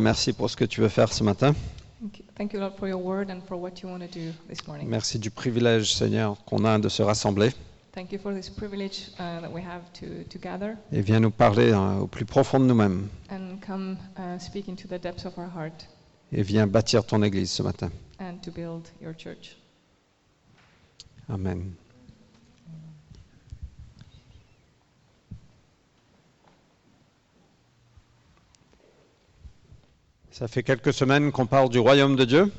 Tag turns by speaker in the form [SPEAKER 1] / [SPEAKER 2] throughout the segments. [SPEAKER 1] Merci pour ce que tu veux faire ce matin.
[SPEAKER 2] Thank you- Thank you, Lord, for your word and for what you want to do this morning.
[SPEAKER 1] Merci du privilège, Seigneur, qu'on a de se rassembler.
[SPEAKER 2] Thank you for this privilege uh, that we have to, to gather
[SPEAKER 1] Et viens nous parler hein, au plus profond de nous-mêmes.
[SPEAKER 2] and come uh, speak into the depths of our heart
[SPEAKER 1] Et viens bâtir ton Église ce matin.
[SPEAKER 2] and to build your church.
[SPEAKER 1] Amen. Ça fait quelques semaines qu'on parle du royaume de Dieu.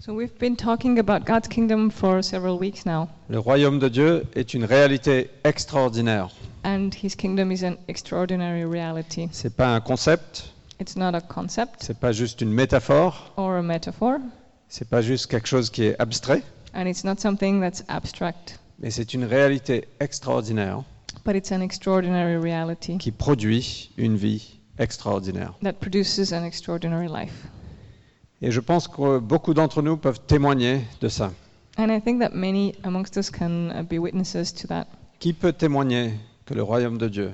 [SPEAKER 2] So we've been talking about God's kingdom for several weeks now,
[SPEAKER 1] Le royaume de Dieu est une réalité extraordinaire.
[SPEAKER 2] and His kingdom is an extraordinary reality.
[SPEAKER 1] C'est pas un concept,
[SPEAKER 2] It's not a concept
[SPEAKER 1] c'est pas juste une métaphore,
[SPEAKER 2] or a metaphor,
[SPEAKER 1] c'est pas juste quelque chose qui est abstrait.
[SPEAKER 2] and it's not something that's abstract,
[SPEAKER 1] Mais c'est une réalité extraordinaire
[SPEAKER 2] but it's an extraordinary reality
[SPEAKER 1] qui produit une vie extraordinaire.
[SPEAKER 2] that produces an extraordinary life.
[SPEAKER 1] Et je pense que beaucoup d'entre nous peuvent témoigner de ça.
[SPEAKER 2] And I think that many amongst us can uh, be witnesses to that.
[SPEAKER 1] Qui peut témoigner que le royaume de Dieu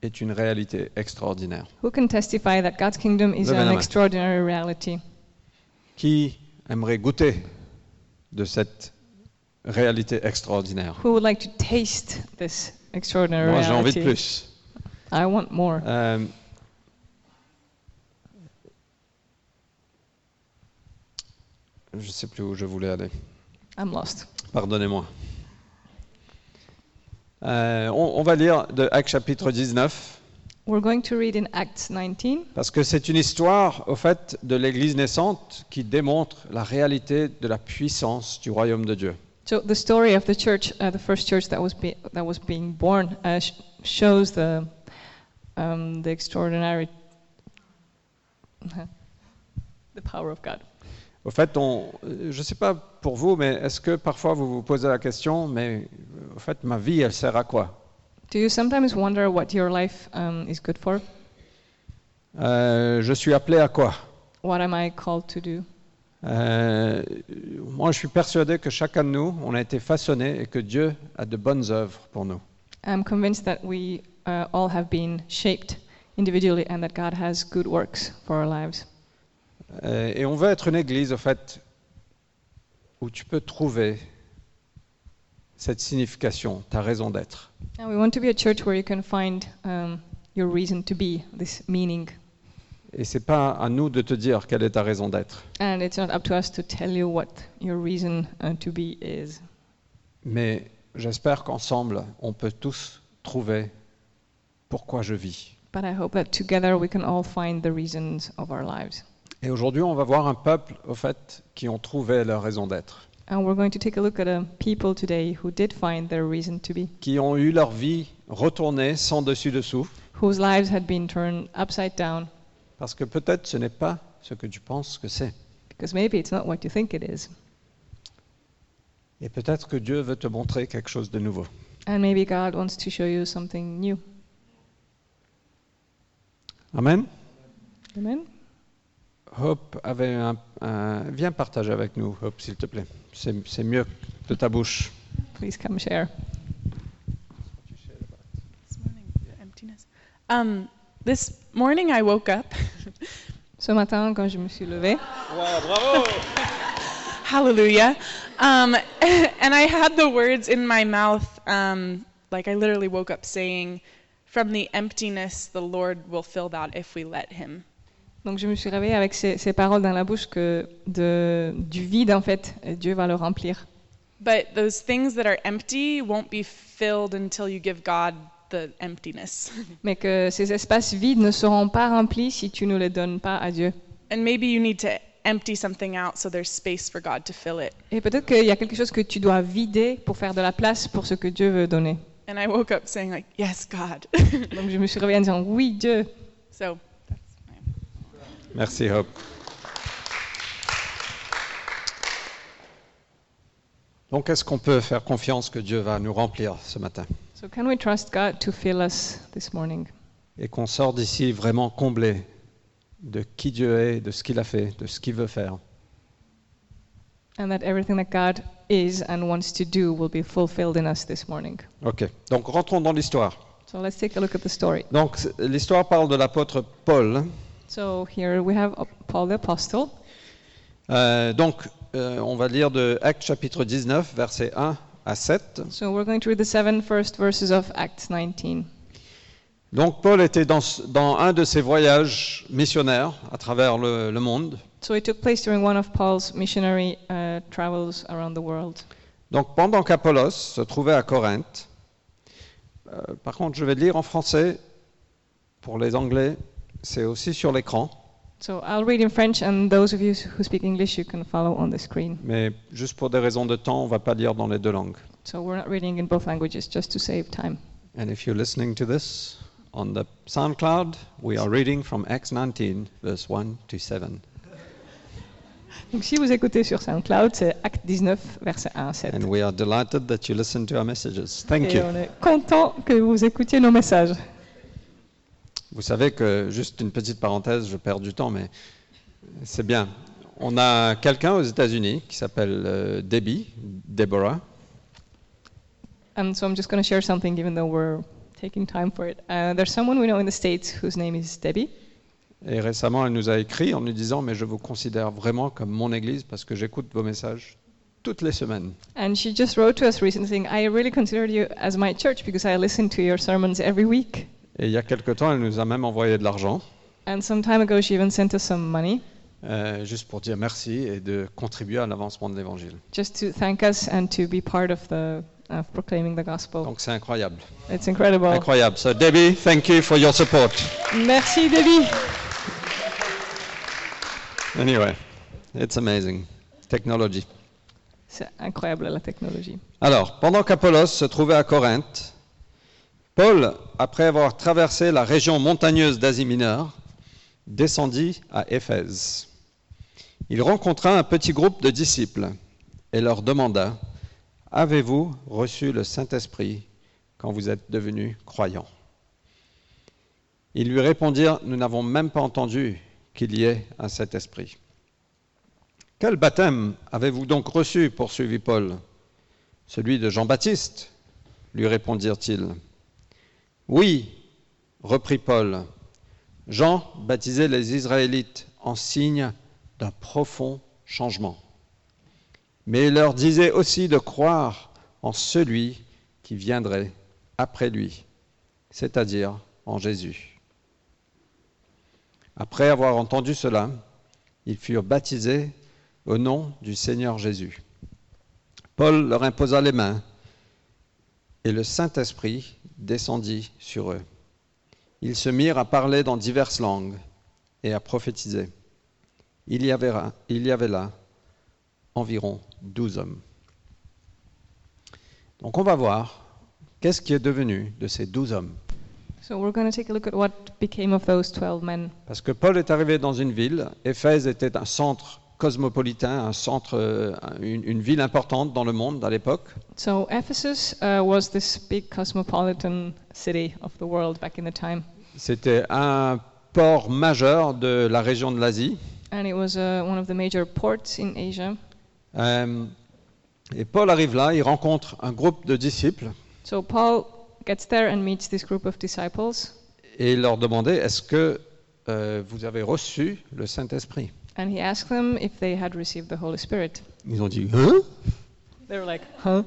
[SPEAKER 1] est une réalité extraordinaire
[SPEAKER 2] Who can testify that God's kingdom is
[SPEAKER 1] Levez la
[SPEAKER 2] an
[SPEAKER 1] main.
[SPEAKER 2] extraordinary reality?
[SPEAKER 1] Qui aimerait goûter de cette réalité extraordinaire
[SPEAKER 2] Who would like to taste this extraordinary
[SPEAKER 1] Moi, j'ai envie
[SPEAKER 2] reality?
[SPEAKER 1] de plus.
[SPEAKER 2] I want more.
[SPEAKER 1] Euh, Je ne sais plus où je voulais aller.
[SPEAKER 2] I'm lost.
[SPEAKER 1] Pardonnez-moi. Euh, on, on va lire de Actes chapitre 19,
[SPEAKER 2] We're going to read in Acts 19
[SPEAKER 1] parce que c'est une histoire, au fait, de l'Église naissante qui démontre la réalité de la puissance du royaume de Dieu.
[SPEAKER 2] So the story of the church, uh, the first church that was be- that was being born, uh, sh- shows the um, the extraordinary the power of God.
[SPEAKER 1] Au fait, on, euh, je ne sais pas pour vous, mais est-ce que parfois vous vous posez la question, mais euh, au fait, ma vie, elle sert à quoi
[SPEAKER 2] Do you sometimes wonder what your life um, is good for?
[SPEAKER 1] Euh, Je suis appelé à quoi
[SPEAKER 2] What am I called to do?
[SPEAKER 1] Euh, Moi, je suis persuadé que chacun de nous, on a été façonné et que Dieu a de bonnes œuvres pour nous.
[SPEAKER 2] I'm convinced that we uh, all have been shaped individually and that God has good works for our lives.
[SPEAKER 1] Euh, et on veut être une église, au fait, où tu peux trouver cette signification, ta raison d'être.
[SPEAKER 2] And we want to be a church where you can find um, your reason to be, this meaning.
[SPEAKER 1] Et c'est pas à nous de te dire quelle est ta raison d'être,
[SPEAKER 2] And it's not up to us to tell you what your reason uh, to be is.
[SPEAKER 1] mais j'espère qu'ensemble, on peut tous trouver pourquoi je vis.
[SPEAKER 2] But I hope that together we can all find the reasons of our lives.
[SPEAKER 1] Et aujourd'hui, on va voir un peuple, au fait, qui ont trouvé leur raison d'être,
[SPEAKER 2] And we're going to take a look at a people today who did find their reason to be,
[SPEAKER 1] qui ont eu leur vie retournée sans dessus-dessous,
[SPEAKER 2] whose lives had been turned upside down,
[SPEAKER 1] parce que peut-être ce n'est pas ce que tu penses que c'est.
[SPEAKER 2] because maybe it's not what you think it is.
[SPEAKER 1] Et peut-être que Dieu veut te montrer quelque chose de nouveau.
[SPEAKER 2] And maybe God wants to show you something new.
[SPEAKER 1] Amen.
[SPEAKER 2] Amen.
[SPEAKER 1] Hope avait un, un- Viens partager avec nous, Hope, s'il te plaît. C'est c'est mieux que de ta bouche.
[SPEAKER 2] Please come share.
[SPEAKER 3] This morning, emptiness. Um, this morning I woke up.
[SPEAKER 2] Ce matin, quand je me suis levée,
[SPEAKER 3] Hallelujah. Um, and I had the words in my mouth. Um, like I literally woke up saying, "From the emptiness, the Lord will fill that if we let Him."
[SPEAKER 2] donc je me suis réveillée avec ces, ces paroles dans la bouche que de, du vide, en fait, Dieu va le remplir.
[SPEAKER 3] But those things that are empty won't be filled until you give God the emptiness.
[SPEAKER 2] Mais que ces espaces vides ne seront pas remplis si tu ne les donnes pas à Dieu.
[SPEAKER 3] and maybe you need to empty something out so there's space for God to fill it.
[SPEAKER 2] Et peut-être qu'il y a quelque chose que tu dois vider pour faire de la place pour ce que Dieu veut donner.
[SPEAKER 3] And I woke up saying, like, "Yes, God."
[SPEAKER 2] Donc je me suis réveillée en disant, oui Dieu.
[SPEAKER 3] so that's my.
[SPEAKER 1] Merci, Hope. Donc, est-ce qu'on peut faire confiance que Dieu va nous remplir ce matin
[SPEAKER 2] So can we trust God to fill us this morning?
[SPEAKER 1] et qu'on sort d'ici vraiment comblé de qui Dieu est, de ce qu'il a fait, de ce qu'il veut faire
[SPEAKER 2] And that everything that God is and wants to do will be fulfilled in us this morning.
[SPEAKER 1] Ok, donc rentrons dans l'histoire.
[SPEAKER 2] So let's take a look at the story.
[SPEAKER 1] Donc, c'est- l'histoire parle de l'apôtre Paul. hein.
[SPEAKER 2] So here we have uh, Paul the Apostle.
[SPEAKER 1] Euh, donc, euh, on va lire de Actes chapitre 19, versets 1 à 7.
[SPEAKER 2] So we're going to read the seven first verses of Acts 19.
[SPEAKER 1] Donc, Paul était dans, ce- dans un de ses voyages missionnaires à travers le, le monde.
[SPEAKER 2] So it took place during one of Paul's missionary uh, travels around the world.
[SPEAKER 1] Donc, pendant qu'Apollos se trouvait à Corinthe, euh, par contre, je vais lire en français pour les Anglais, c'est aussi sur l'écran,
[SPEAKER 2] So I'll read in French, and those of you who speak English, you can follow on the screen.
[SPEAKER 1] mais juste pour des raisons de temps, on ne va pas lire dans les deux langues.
[SPEAKER 2] So we're not reading in both languages just to save time.
[SPEAKER 1] And if you're listening to this on the SoundCloud, we are reading from Acts 19, verse 1 to 7.
[SPEAKER 2] Donc si vous écoutez sur SoundCloud, c'est Acte 19, verset 1 à 7.
[SPEAKER 1] And we are delighted that you listen to our messages. Thank
[SPEAKER 2] Et
[SPEAKER 1] you.
[SPEAKER 2] on est content que vous écoutiez nos messages.
[SPEAKER 1] Vous savez que, juste une petite parenthèse, je perds du temps, mais c'est bien. On a quelqu'un aux États-Unis qui s'appelle euh, Debbie, Deborah.
[SPEAKER 2] And so I'm just going to share something, even though we're taking time for it. Uh, there's someone we know in the States whose name is Debbie.
[SPEAKER 1] Et récemment, elle nous a écrit en nous disant Mais je vous considère vraiment comme mon église parce que j'écoute vos messages toutes les semaines.
[SPEAKER 2] And she just wrote to us recently saying, I really consider you as my church because I listen to your sermons every week.
[SPEAKER 1] Et il y a quelque temps, elle nous a même envoyé de l'argent,
[SPEAKER 2] And some time ago, she even sent us some money
[SPEAKER 1] euh, juste pour dire merci et de contribuer à l'avancement de l'évangile.
[SPEAKER 2] just to thank us and to be part of the of proclaiming the gospel.
[SPEAKER 1] Donc c'est incroyable.
[SPEAKER 2] It's incredible.
[SPEAKER 1] Incroyable. So, Debbie, thank you for your support.
[SPEAKER 2] Merci, Debbie.
[SPEAKER 1] Anyway, it's amazing. Technology.
[SPEAKER 2] C'est incroyable la technologie.
[SPEAKER 1] Alors, pendant qu'Apollos se trouvait à Corinthe, Paul, après avoir traversé la région montagneuse d'Asie mineure, descendit à Éphèse. Il rencontra un petit groupe de disciples et leur demanda Avez-vous reçu le Saint-Esprit quand vous êtes devenus croyants Ils lui répondirent Nous n'avons même pas entendu qu'il y ait un Saint-Esprit. Quel baptême avez-vous donc reçu poursuivit Paul. Celui de Jean-Baptiste, lui répondirent-ils. Oui, reprit Paul. Jean baptisait les Israélites en signe d'un profond changement. Mais il leur disait aussi de croire en celui qui viendrait après lui, c'est-à-dire en Jésus. Après avoir entendu cela, ils furent baptisés au nom du Seigneur Jésus. Paul leur imposa les mains et le Saint-Esprit descendit sur eux. Ils se mirent à parler dans diverses langues et à prophétiser. Il y avait, là- il y avait là environ douze hommes. Donc on va voir qu'est-ce qui est devenu de ces douze hommes.
[SPEAKER 2] So we're going to take a look at what became of those 12 men.
[SPEAKER 1] Parce que Paul est arrivé dans une ville, Éphèse était un centre cosmopolitain, un centre, euh, une- une ville importante dans le monde à l'époque.
[SPEAKER 2] So Ephesus uh, was this big cosmopolitan city of the world back in the time,
[SPEAKER 1] C'était un port majeur de la région de l'Asie.
[SPEAKER 2] and it was uh, one of the major ports in Asia.
[SPEAKER 1] Euh, et Paul arrive là, il rencontre un groupe de disciples
[SPEAKER 2] So Paul gets there and meets this group of disciples,
[SPEAKER 1] et il leur demandait Est-ce que euh, vous avez reçu le Saint-Esprit
[SPEAKER 2] and he asks them if they had received the Holy Spirit.
[SPEAKER 1] Ils ont dit Hein
[SPEAKER 2] They were like, "Huh?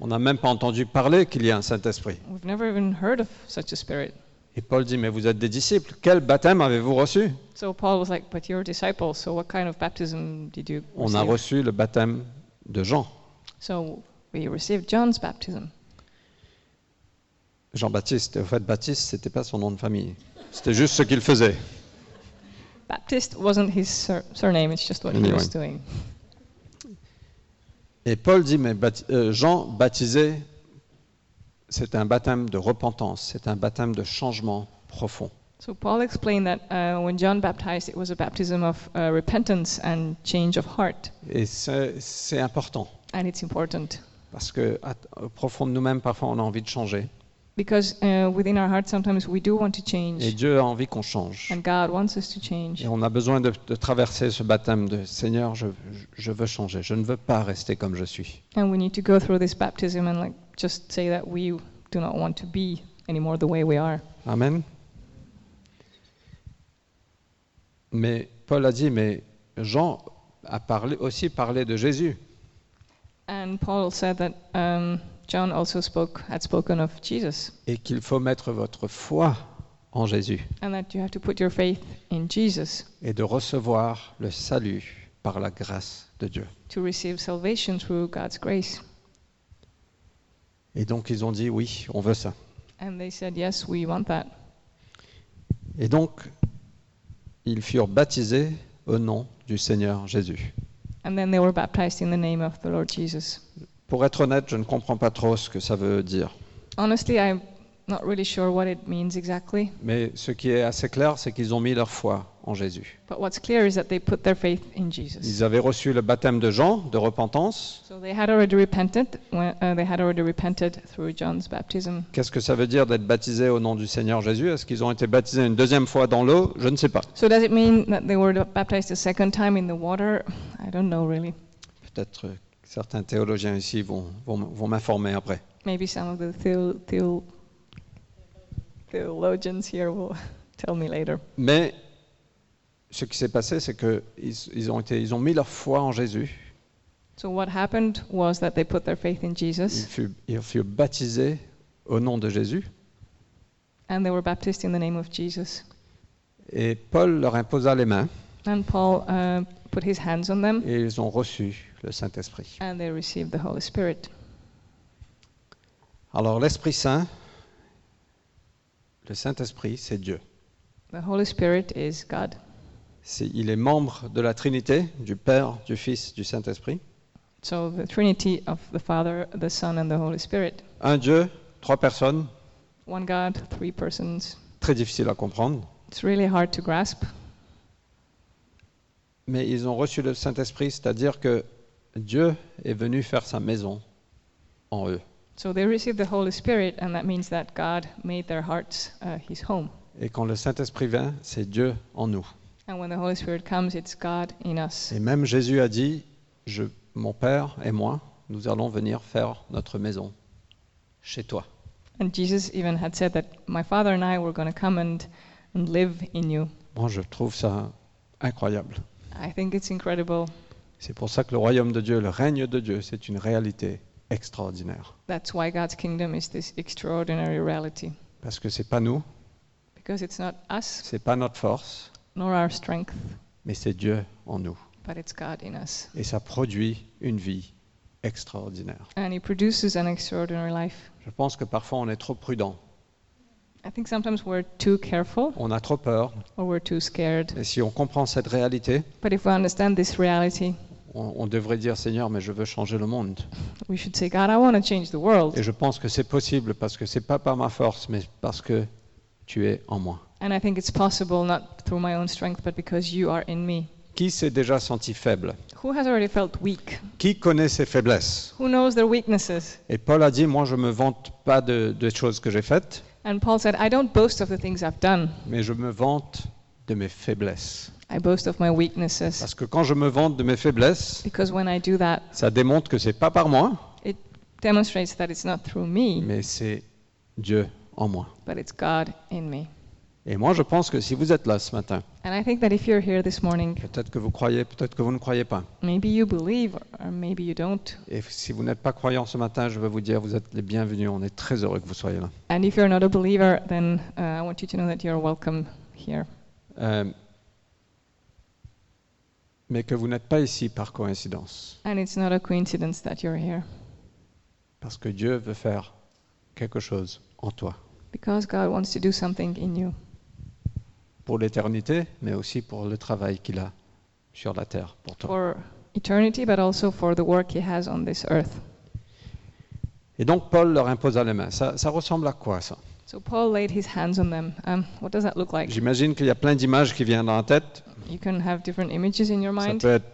[SPEAKER 1] On n'a même pas entendu parler qu'il y a un Saint-Esprit.
[SPEAKER 2] We've never even heard of such a spirit."
[SPEAKER 1] Et Paul dit Mais vous êtes des disciples, quel baptême avez-vous reçu
[SPEAKER 2] So Paul was like, "But you're disciples. So what kind of baptism did you
[SPEAKER 1] On a
[SPEAKER 2] receive?"
[SPEAKER 1] reçu le baptême de Jean,
[SPEAKER 2] so we received John's baptism.
[SPEAKER 1] Jean-Baptiste. Et au fait, Baptiste, c'était pas son nom de famille. C'était juste ce qu'il faisait.
[SPEAKER 2] Baptist wasn't his sur- surname; it's just what he was
[SPEAKER 1] Anyway.
[SPEAKER 2] doing.
[SPEAKER 1] Et Paul dit, mais bapti- euh, Jean baptisé, c'est un baptême de repentance, c'est un baptême de changement profond.
[SPEAKER 2] So Paul explained that uh, when John baptized, it was a baptism of uh, repentance and change of heart,
[SPEAKER 1] Et c'est c'est important,
[SPEAKER 2] and it's important
[SPEAKER 1] parce que à- au profond de nous-mêmes, parfois, on a envie de changer.
[SPEAKER 2] because uh, within our heart sometimes we do want to change,
[SPEAKER 1] Et Dieu a envie qu'on change.
[SPEAKER 2] and God wants us to change.
[SPEAKER 1] Et on a besoin de, de traverser ce baptême de Seigneur, je, je- je veux changer, je ne veux pas rester comme je suis.
[SPEAKER 2] And we need to go through this baptism and like just say that we do not want to be anymore the way we are.
[SPEAKER 1] Amen. Mais Paul a dit, mais Jean a parlé, aussi parlé de Jésus.
[SPEAKER 2] And Paul said that um, John also spoke, had spoken of Jesus,
[SPEAKER 1] et qu'il faut mettre votre foi en Jésus
[SPEAKER 2] and that you have to put your faith in Jesus
[SPEAKER 1] et de recevoir le salut par la grâce de Dieu.
[SPEAKER 2] to receive salvation through God's grace.
[SPEAKER 1] Et donc ils ont dit oui, on veut ça.
[SPEAKER 2] And they said, Yes, we want that.
[SPEAKER 1] Et donc ils furent baptisés au nom du Seigneur Jésus.
[SPEAKER 2] And then they were baptized in the name of the Lord Jesus.
[SPEAKER 1] Pour être honnête, je ne comprends pas trop ce que ça veut dire.
[SPEAKER 2] Honestly, I'm not really sure what it means exactly,
[SPEAKER 1] Mais ce qui est assez clair, c'est qu'ils ont mis leur foi en Jésus.
[SPEAKER 2] but what's clear is that they put their faith in Jesus.
[SPEAKER 1] Ils avaient reçu le baptême de Jean, de repentance.
[SPEAKER 2] So they had already repented. When, uh, they had already repented through John's baptism.
[SPEAKER 1] Qu'est-ce que ça veut dire d'être baptisé au nom du Seigneur Jésus Est-ce qu'ils ont été baptisés une deuxième fois dans l'eau Je ne sais pas.
[SPEAKER 2] So does it mean that they were baptized a second time in the water? I don't know really.
[SPEAKER 1] Peut-être euh, certains théologiens ici vont, vont, vont m'informer après.
[SPEAKER 2] Maybe some of the theo- theo- theologians here will tell me later.
[SPEAKER 1] Mais ce qui s'est passé, c'est qu'ils ils ont, été- ils ont mis leur foi en Jésus.
[SPEAKER 2] So what happened was that they put their faith in
[SPEAKER 1] Ils
[SPEAKER 2] Jesus
[SPEAKER 1] furent, ils furent baptisés au nom de Jésus.
[SPEAKER 2] and they were baptized in the name of Jesus.
[SPEAKER 1] Et Paul leur imposa les mains
[SPEAKER 2] And Paul uh, put his hands on them
[SPEAKER 1] et ils ont reçu le Saint-Esprit.
[SPEAKER 2] and they received the Holy Spirit.
[SPEAKER 1] Alors l'Esprit Saint, le Saint-Esprit, c'est Dieu.
[SPEAKER 2] The Holy Spirit is God.
[SPEAKER 1] C'est- il est membre de la Trinité, du Père, du Fils, du Saint-Esprit.
[SPEAKER 2] So the Trinity of the Father, the Son, and the Holy Spirit.
[SPEAKER 1] Un Dieu, trois personnes,
[SPEAKER 2] One God, three persons.
[SPEAKER 1] très difficile à comprendre.
[SPEAKER 2] It's really hard to grasp.
[SPEAKER 1] Mais ils ont reçu le Saint-Esprit, c'est-à-dire que Dieu est venu faire sa maison en eux.
[SPEAKER 2] So they received the Holy Spirit, and that means that God made their hearts uh, his home.
[SPEAKER 1] Et quand le Saint-Esprit vient, c'est Dieu en nous.
[SPEAKER 2] And when the Holy Spirit comes, it's God in us.
[SPEAKER 1] Et même Jésus a dit, je, mon Père et moi, nous allons venir faire notre maison chez toi.
[SPEAKER 2] And Jesus even had said that my Father and I were going to come and, and live in you.
[SPEAKER 1] Moi, je trouve ça incroyable.
[SPEAKER 2] I think it's incredible.
[SPEAKER 1] C'est pour ça que le royaume de Dieu, le règne de Dieu, c'est une réalité extraordinaire.
[SPEAKER 2] That's why God's kingdom is this extraordinary reality.
[SPEAKER 1] Parce que c'est pas nous,
[SPEAKER 2] Because it's not us
[SPEAKER 1] c'est pas notre force,
[SPEAKER 2] nor our strength,
[SPEAKER 1] mais c'est Dieu en nous.
[SPEAKER 2] but it's God in us.
[SPEAKER 1] Et ça produit une vie extraordinaire.
[SPEAKER 2] And He produces an extraordinary life.
[SPEAKER 1] Je pense que parfois on est trop prudent,
[SPEAKER 2] I think sometimes we're too careful
[SPEAKER 1] on a trop peur.
[SPEAKER 2] or we're too scared.
[SPEAKER 1] Et si on comprend cette réalité,
[SPEAKER 2] But if we understand this reality,
[SPEAKER 1] on, on devrait dire Seigneur, mais je veux changer le monde.
[SPEAKER 2] we should say, God, I want to change the world.
[SPEAKER 1] Et je pense que c'est possible parce que c'est pas par ma force, mais parce que tu es en moi.
[SPEAKER 2] And I think it's possible not through my own strength, but because you are in me.
[SPEAKER 1] Qui s'est déjà senti faible
[SPEAKER 2] Who has already felt weak?
[SPEAKER 1] Qui connaît ses faiblesses
[SPEAKER 2] Who knows their weaknesses?
[SPEAKER 1] Et Paul a dit, moi je me vante pas de- des choses que j'ai faites,
[SPEAKER 2] And Paul said, I don't boast of the things I've done.
[SPEAKER 1] mais je me vante de mes faiblesses.
[SPEAKER 2] I boast of my weaknesses.
[SPEAKER 1] Parce que quand je me vante de mes faiblesses,
[SPEAKER 2] Because when I do that,
[SPEAKER 1] ça démontre que c'est pas par moi,
[SPEAKER 2] it demonstrates that it's not through me,
[SPEAKER 1] mais c'est Dieu en moi.
[SPEAKER 2] but it's God in me.
[SPEAKER 1] Et moi je pense que si vous êtes là ce matin,
[SPEAKER 2] And I think that if you're here this morning,
[SPEAKER 1] peut-être que vous croyez, peut-être que vous ne croyez pas.
[SPEAKER 2] maybe you believe or maybe you don't.
[SPEAKER 1] Et si vous n'êtes pas croyant ce matin, je veux vous dire, vous êtes les bienvenus, on est très heureux que vous soyez là.
[SPEAKER 2] And if you're not a believer, then uh, I want you to know that you're welcome here.
[SPEAKER 1] Euh, mais que vous n'êtes pas ici par coïncidence,
[SPEAKER 2] And it's not a coincidence that you're here,
[SPEAKER 1] parce que Dieu veut faire quelque chose en toi,
[SPEAKER 2] because God wants to do something in you
[SPEAKER 1] pour l'éternité, mais aussi pour le travail qu'il a sur la terre pour toi.
[SPEAKER 2] for eternity, but also for the work He has on this earth.
[SPEAKER 1] Et donc Paul leur imposa les mains. Ça, ça ressemble à quoi ça
[SPEAKER 2] So Paul laid his hands on them. Um, what does that look like?
[SPEAKER 1] J'imagine qu'il y a plein d'images qui viennent dans la tête.
[SPEAKER 2] You can have different images in your
[SPEAKER 1] Ça
[SPEAKER 2] mind.
[SPEAKER 1] peut être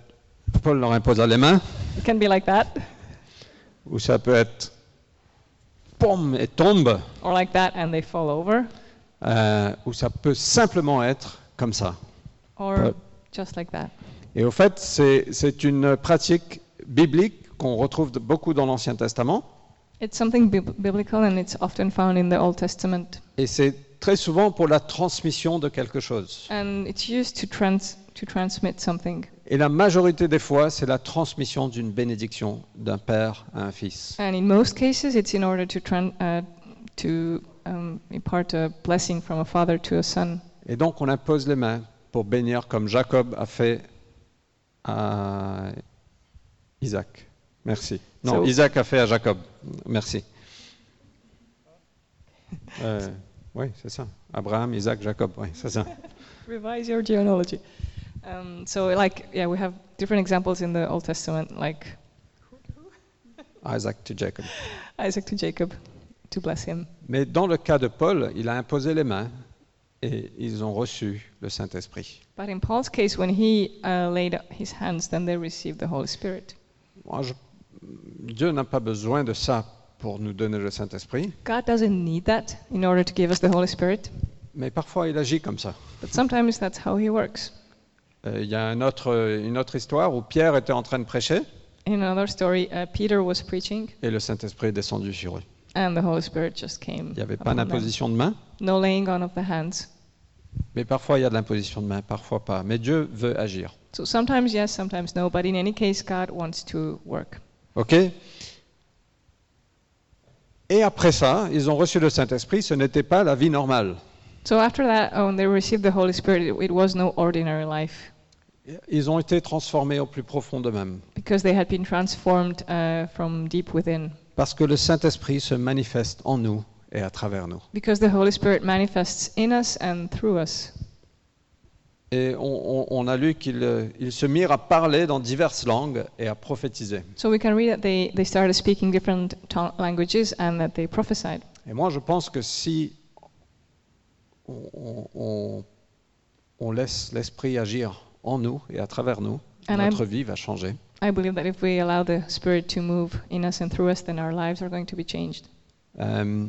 [SPEAKER 1] Paul leur imposa les mains,
[SPEAKER 2] It can be like that,
[SPEAKER 1] ou ça peut être pomme et tombe,
[SPEAKER 2] or like that, and they fall over,
[SPEAKER 1] euh, ou ça peut simplement être comme ça.
[SPEAKER 2] or
[SPEAKER 1] Paul-
[SPEAKER 2] just like that.
[SPEAKER 1] Et au fait, c'est c'est une pratique biblique qu'on retrouve de- beaucoup dans l'Ancien Testament.
[SPEAKER 2] It's something bib- biblical, and it's often found in the Old Testament.
[SPEAKER 1] Et c'est très souvent pour la transmission de quelque chose.
[SPEAKER 2] and it's used to trans to transmit something.
[SPEAKER 1] Et la majorité des fois, c'est la transmission d'une bénédiction d'un père à un fils.
[SPEAKER 2] And in most cases, it's in order to tran uh, to um, impart a blessing from a father to a son.
[SPEAKER 1] Et donc on impose les mains pour bénir comme Jacob a fait à Isaac. Merci. Non,
[SPEAKER 2] So-
[SPEAKER 1] Isaac a fait à Jacob. Merci. Euh, oui, c'est ça. Abraham, Isaac, Jacob. Oui, c'est ça.
[SPEAKER 2] Revise your genealogy. Um, so, like, yeah, we have different examples in the Old Testament, like
[SPEAKER 1] Isaac to Jacob.
[SPEAKER 2] Isaac to Jacob, to bless him.
[SPEAKER 1] Mais dans le cas de Paul, il a imposé les mains et ils ont reçu le Saint-Esprit.
[SPEAKER 2] But in Paul's case, when he uh, laid up his hands, then they received the Holy Spirit.
[SPEAKER 1] Moi, je- Dieu n'a pas besoin de ça pour nous donner le Saint-Esprit,
[SPEAKER 2] God doesn't need that in order to give us the Holy Spirit,
[SPEAKER 1] mais parfois il agit comme ça.
[SPEAKER 2] but sometimes that's how he works.
[SPEAKER 1] Euh, Il y a un autre, euh, une autre histoire où Pierre était en train de prêcher
[SPEAKER 2] In another story, uh, Peter was preaching,
[SPEAKER 1] et le Saint-Esprit est descendu sur eux.
[SPEAKER 2] and the Holy Spirit just came.
[SPEAKER 1] Il n'y avait pas
[SPEAKER 2] upon them.
[SPEAKER 1] d'imposition de main,
[SPEAKER 2] No laying on of the hands.
[SPEAKER 1] mais parfois il y a de l'imposition de main, parfois pas. Mais Dieu veut agir.
[SPEAKER 2] So sometimes yes, sometimes no, but in any case, God wants to work.
[SPEAKER 1] OK Et après ça, ils ont reçu le Saint-Esprit, ce n'était pas la vie normale.
[SPEAKER 2] So after that, oh, when they received the Holy Spirit, it, it was no ordinary life
[SPEAKER 1] Ils ont été transformés au plus profond d'eux-mêmes,
[SPEAKER 2] because they had been transformed uh, from deep within.
[SPEAKER 1] parce que le Saint-Esprit se manifeste en nous et à travers nous.
[SPEAKER 2] Because the Holy Spirit manifests in us and through us.
[SPEAKER 1] Et on, on- on a lu qu'ils euh, ils se mirent à parler dans diverses langues et à prophétiser.
[SPEAKER 2] So we can read that they, they started speaking different tongue languages and that they prophesied.
[SPEAKER 1] Et moi, je pense que si on- on, on- on laisse l'Esprit agir en nous et à travers nous,
[SPEAKER 2] And
[SPEAKER 1] notre vie va changer.
[SPEAKER 2] I believe that if we allow the Spirit to move in us and through us, then our lives are going to be changed.
[SPEAKER 1] Euh,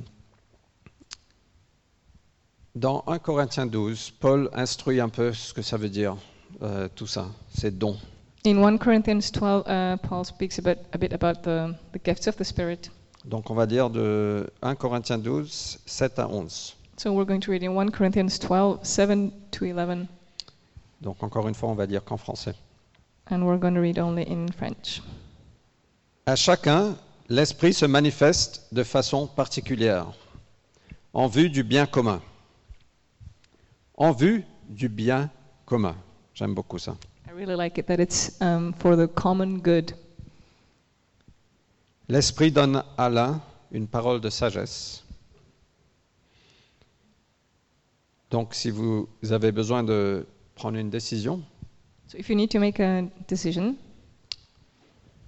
[SPEAKER 1] dans 1 Corinthiens 12, Paul instruit un peu ce que ça veut dire, euh, tout ça, ces dons.
[SPEAKER 2] In 1 Corinthians 12, uh, Paul speaks a bit, a bit about the, the gifts of the Spirit.
[SPEAKER 1] Donc on va dire de 1 Corinthiens 12, 7 à 11.
[SPEAKER 2] So we're going to read in 1 Corinthians 12, 7 to 11,
[SPEAKER 1] Donc encore une fois, on va dire qu'en français.
[SPEAKER 2] and we're going to read only in French.
[SPEAKER 1] À chacun, l'Esprit se manifeste de façon particulière, en vue du bien commun. En vue du bien commun. J'aime beaucoup ça.
[SPEAKER 2] I really like it that it's um, for the common good.
[SPEAKER 1] L'Esprit donne à l'un une parole de sagesse. Donc si vous avez besoin de prendre une décision,
[SPEAKER 2] So if you need to make a decision,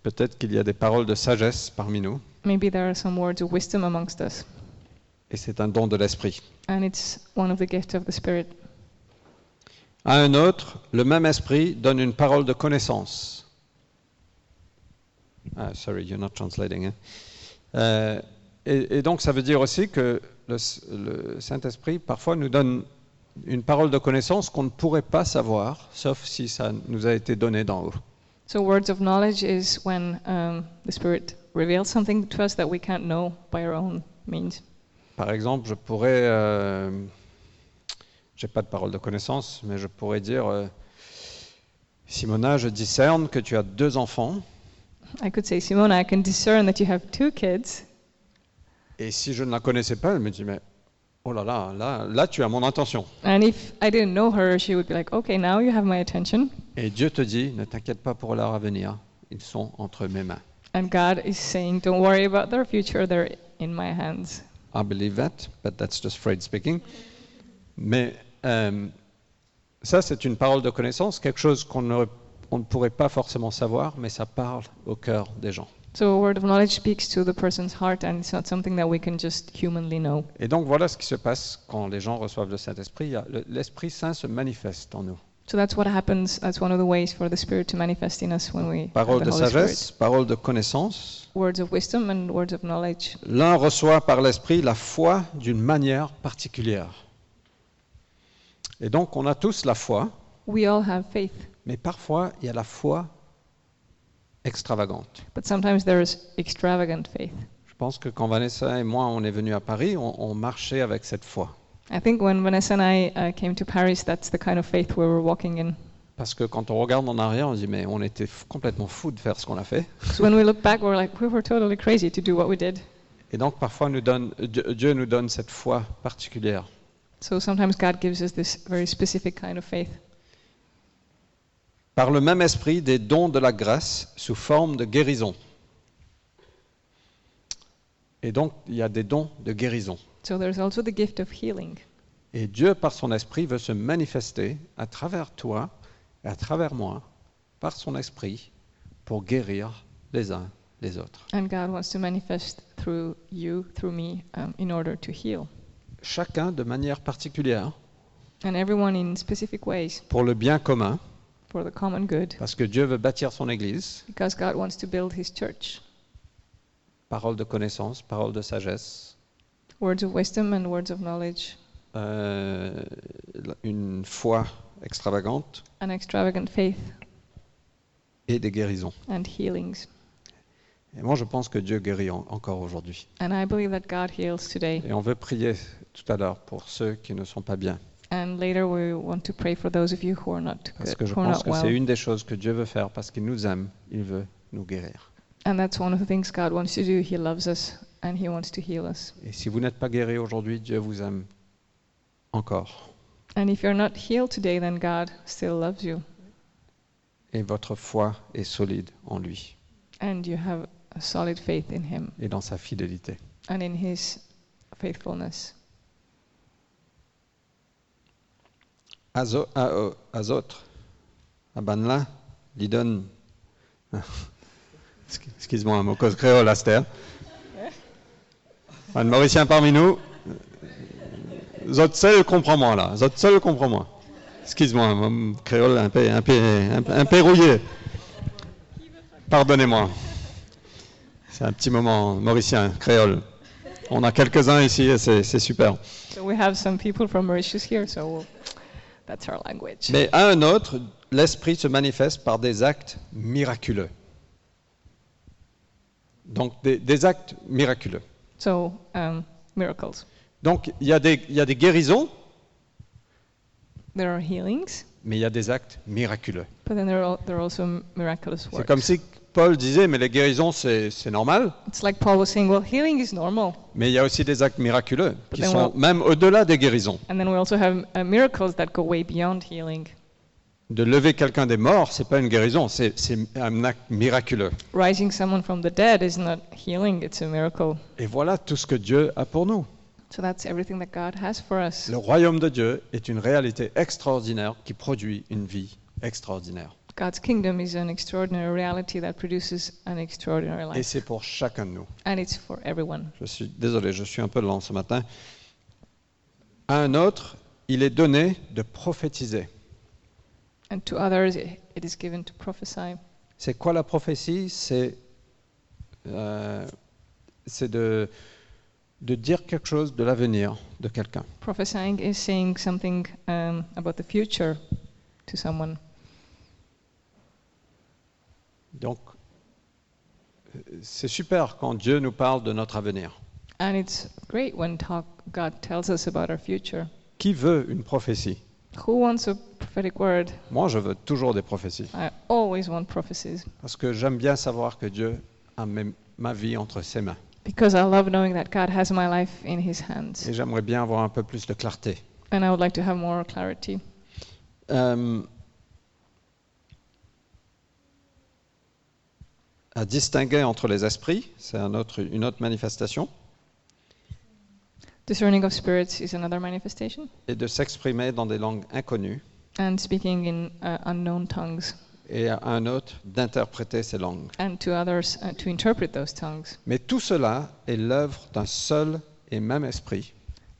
[SPEAKER 1] peut-être qu'il y a des paroles de sagesse parmi nous,
[SPEAKER 2] maybe there are some words of wisdom amongst us,
[SPEAKER 1] et c'est un don de l'Esprit.
[SPEAKER 2] and it's one of the gifts of the Spirit.
[SPEAKER 1] À un autre, le même esprit donne une parole de connaissance. Ah, sorry, you're not translating. hein. Euh, et, et donc, ça veut dire aussi que le, S- le Saint-Esprit, parfois, nous donne une parole de connaissance qu'on ne pourrait pas savoir, sauf si ça nous a été donné d'en haut.
[SPEAKER 2] So words of knowledge is when um, the Spirit reveals something to us that we can't know by our own means.
[SPEAKER 1] Par exemple, je pourrais. euh, J'ai pas de parole de connaissance, mais je pourrais dire euh, Simona, je discerne que tu as deux enfants.
[SPEAKER 2] I could say, Simona, I can discern that you have two kids.
[SPEAKER 1] Et si je ne la connaissais pas, elle me dit mais oh là là, là, là tu as mon attention.
[SPEAKER 2] And if I didn't know her, she would be like, okay, now you have my attention.
[SPEAKER 1] Et Dieu te dit ne t'inquiète pas pour leur avenir, ils sont entre mes mains.
[SPEAKER 2] And God is saying, don't worry about their future, they're in my hands.
[SPEAKER 1] I believe that, but that's just Freud speaking. Mais euh, ça c'est une parole de connaissance, quelque chose qu'on n'aurait- on ne pourrait pas forcément savoir, mais ça parle au cœur des gens.
[SPEAKER 2] So a word of knowledge speaks to the person's heart, and it's not something that we can just humanly know.
[SPEAKER 1] Et donc voilà ce qui se passe quand les gens reçoivent le Saint-Esprit. Il y a le- L'Esprit Saint se manifeste en nous.
[SPEAKER 2] So that's what happens. That's one of the ways for the Spirit to manifest in us when we have
[SPEAKER 1] Parole
[SPEAKER 2] the
[SPEAKER 1] de
[SPEAKER 2] Holy
[SPEAKER 1] sagesse,
[SPEAKER 2] Spirit.
[SPEAKER 1] parole de connaissance,
[SPEAKER 2] Words of wisdom and words of knowledge.
[SPEAKER 1] L'un reçoit par l'esprit la foi d'une manière particulière. Et donc on a tous la foi,
[SPEAKER 2] We all have faith,
[SPEAKER 1] mais parfois il y a la foi extravagante.
[SPEAKER 2] but sometimes there is extravagant faith.
[SPEAKER 1] Je pense que quand Vanessa et moi on est venus à Paris, on, on marchait avec cette foi.
[SPEAKER 2] I think when Vanessa and I uh, came to Paris, that's the kind of faith we were walking in.
[SPEAKER 1] Parce que quand on regarde en arrière, on se dit, mais on était f- complètement fous de faire ce qu'on a fait.
[SPEAKER 2] So when we look back, we're like, we were totally crazy to do what we did.
[SPEAKER 1] Et donc parfois nous donne, Dieu Dieu nous donne cette foi particulière.
[SPEAKER 2] So sometimes God gives us this very specific kind of faith.
[SPEAKER 1] Par le même esprit, des dons de la grâce sous forme de guérison. Et donc il y a des dons de guérison.
[SPEAKER 2] So there's also the gift of healing.
[SPEAKER 1] Et Dieu, par son esprit, veut se manifester à travers toi, et à travers moi, par son esprit, pour guérir les uns les autres.
[SPEAKER 2] And God wants to manifest through you, through me, um, in order to heal.
[SPEAKER 1] Chacun de manière particulière,
[SPEAKER 2] And everyone in specific ways
[SPEAKER 1] pour le bien commun,
[SPEAKER 2] for the common good,
[SPEAKER 1] parce que Dieu veut bâtir son Église.
[SPEAKER 2] because God wants to build His church.
[SPEAKER 1] Parole de connaissance, parole de sagesse,
[SPEAKER 2] Words of wisdom and words of knowledge,
[SPEAKER 1] euh, une foi extravagante
[SPEAKER 2] an extravagant faith
[SPEAKER 1] et des guérisons.
[SPEAKER 2] and healings.
[SPEAKER 1] Et moi, je pense que Dieu guérit en- encore aujourd'hui.
[SPEAKER 2] And I believe that God heals today.
[SPEAKER 1] Et on veut prier tout à l'heure pour ceux qui ne sont pas bien,
[SPEAKER 2] And later we want to pray for those of you who are not
[SPEAKER 1] parce
[SPEAKER 2] good,
[SPEAKER 1] que je
[SPEAKER 2] who are
[SPEAKER 1] pense
[SPEAKER 2] not
[SPEAKER 1] que
[SPEAKER 2] well.
[SPEAKER 1] c'est une des choses que Dieu veut faire, parce qu'il nous aime, il veut nous guérir.
[SPEAKER 2] And that's one of the things God wants to do. He loves us and He wants to heal us.
[SPEAKER 1] Et si vous n'êtes pas guéri aujourd'hui, Dieu vous aime encore.
[SPEAKER 2] And if you're not healed today, then God still loves you.
[SPEAKER 1] Et votre foi est solide en lui
[SPEAKER 2] And you have a solid faith in Him
[SPEAKER 1] et dans sa fidélité.
[SPEAKER 2] and in His faithfulness.
[SPEAKER 1] À, zo- à, euh, à Zotre, à Banla, Lidon. Excuse-moi, ma cause créole, Aster. Un Mauricien parmi nous. Zot seul comprends-moi là. Zot seul comprends-moi. Excuse-moi, mon créole un peu, un peu, un peu- un peu rouillé. Pardonnez-moi. C'est un petit moment mauricien, créole. On a quelques-uns ici et c'est c'est super.
[SPEAKER 2] So we have some people from Mauritius here, so we'll, that's our language.
[SPEAKER 1] Mais à un autre, l'esprit se manifeste par des actes miraculeux. Donc des, des actes miraculeux.
[SPEAKER 2] So um, miracles.
[SPEAKER 1] Donc il y, a des- il y a des guérisons,
[SPEAKER 2] There are healings,
[SPEAKER 1] mais il y a des actes miraculeux.
[SPEAKER 2] but then there are, al- there are also miraculous
[SPEAKER 1] C'est
[SPEAKER 2] works.
[SPEAKER 1] comme si Paul disait, mais les guérisons c'est c'est normal,
[SPEAKER 2] It's like Paul was saying, well, healing is normal.
[SPEAKER 1] mais il y a aussi des actes miraculeux qui
[SPEAKER 2] Mais
[SPEAKER 1] sont
[SPEAKER 2] on-
[SPEAKER 1] même au-delà des guérisons.
[SPEAKER 2] And then we also have uh, miracles that go way beyond healing.
[SPEAKER 1] De lever quelqu'un des morts, c'est pas une guérison, c'est c'est un acte miraculeux.
[SPEAKER 2] Rising someone from the dead is not healing, it's a miracle.
[SPEAKER 1] Et voilà tout ce que Dieu a pour nous.
[SPEAKER 2] So that's everything that God has for us.
[SPEAKER 1] Le royaume de Dieu est une réalité extraordinaire qui produit une vie extraordinaire.
[SPEAKER 2] God's kingdom is an extraordinary reality that produces an extraordinary
[SPEAKER 1] Et
[SPEAKER 2] life.
[SPEAKER 1] c'est pour chacun de nous.
[SPEAKER 2] And it's for everyone.
[SPEAKER 1] Je suis désolé, je suis un peu lent ce matin. À un autre, il est donné de prophétiser.
[SPEAKER 2] And to others, it, it is given to prophesy.
[SPEAKER 1] C'est quoi la prophétie C'est euh, c'est de, de dire quelque chose de l'avenir de quelqu'un.
[SPEAKER 2] Prophesying is saying something um, about the future to someone.
[SPEAKER 1] Donc, euh, c'est super quand Dieu nous parle de notre avenir.
[SPEAKER 2] And it's great when talk, God tells us about our future.
[SPEAKER 1] Qui veut une prophétie
[SPEAKER 2] Who wants a prophetic word?
[SPEAKER 1] Moi, je veux toujours des prophéties.
[SPEAKER 2] I always want prophecies
[SPEAKER 1] Parce que j'aime bien savoir que Dieu a mes- ma vie entre ses mains.
[SPEAKER 2] because I love knowing that God has my life in His hands.
[SPEAKER 1] Et j'aimerais bien avoir un peu plus de clarté.
[SPEAKER 2] And I would like to have more clarity.
[SPEAKER 1] Euh, à distinguer entre les esprits, c'est un autre- une autre manifestation,
[SPEAKER 2] Discerning of spirits is another manifestation,
[SPEAKER 1] et de s'exprimer dans des langues inconnues,
[SPEAKER 2] and speaking in uh, unknown tongues,
[SPEAKER 1] et à un autre d'interpréter ces langues.
[SPEAKER 2] and to others uh, to interpret those tongues.
[SPEAKER 1] Mais tout cela est l'œuvre d'un seul et même esprit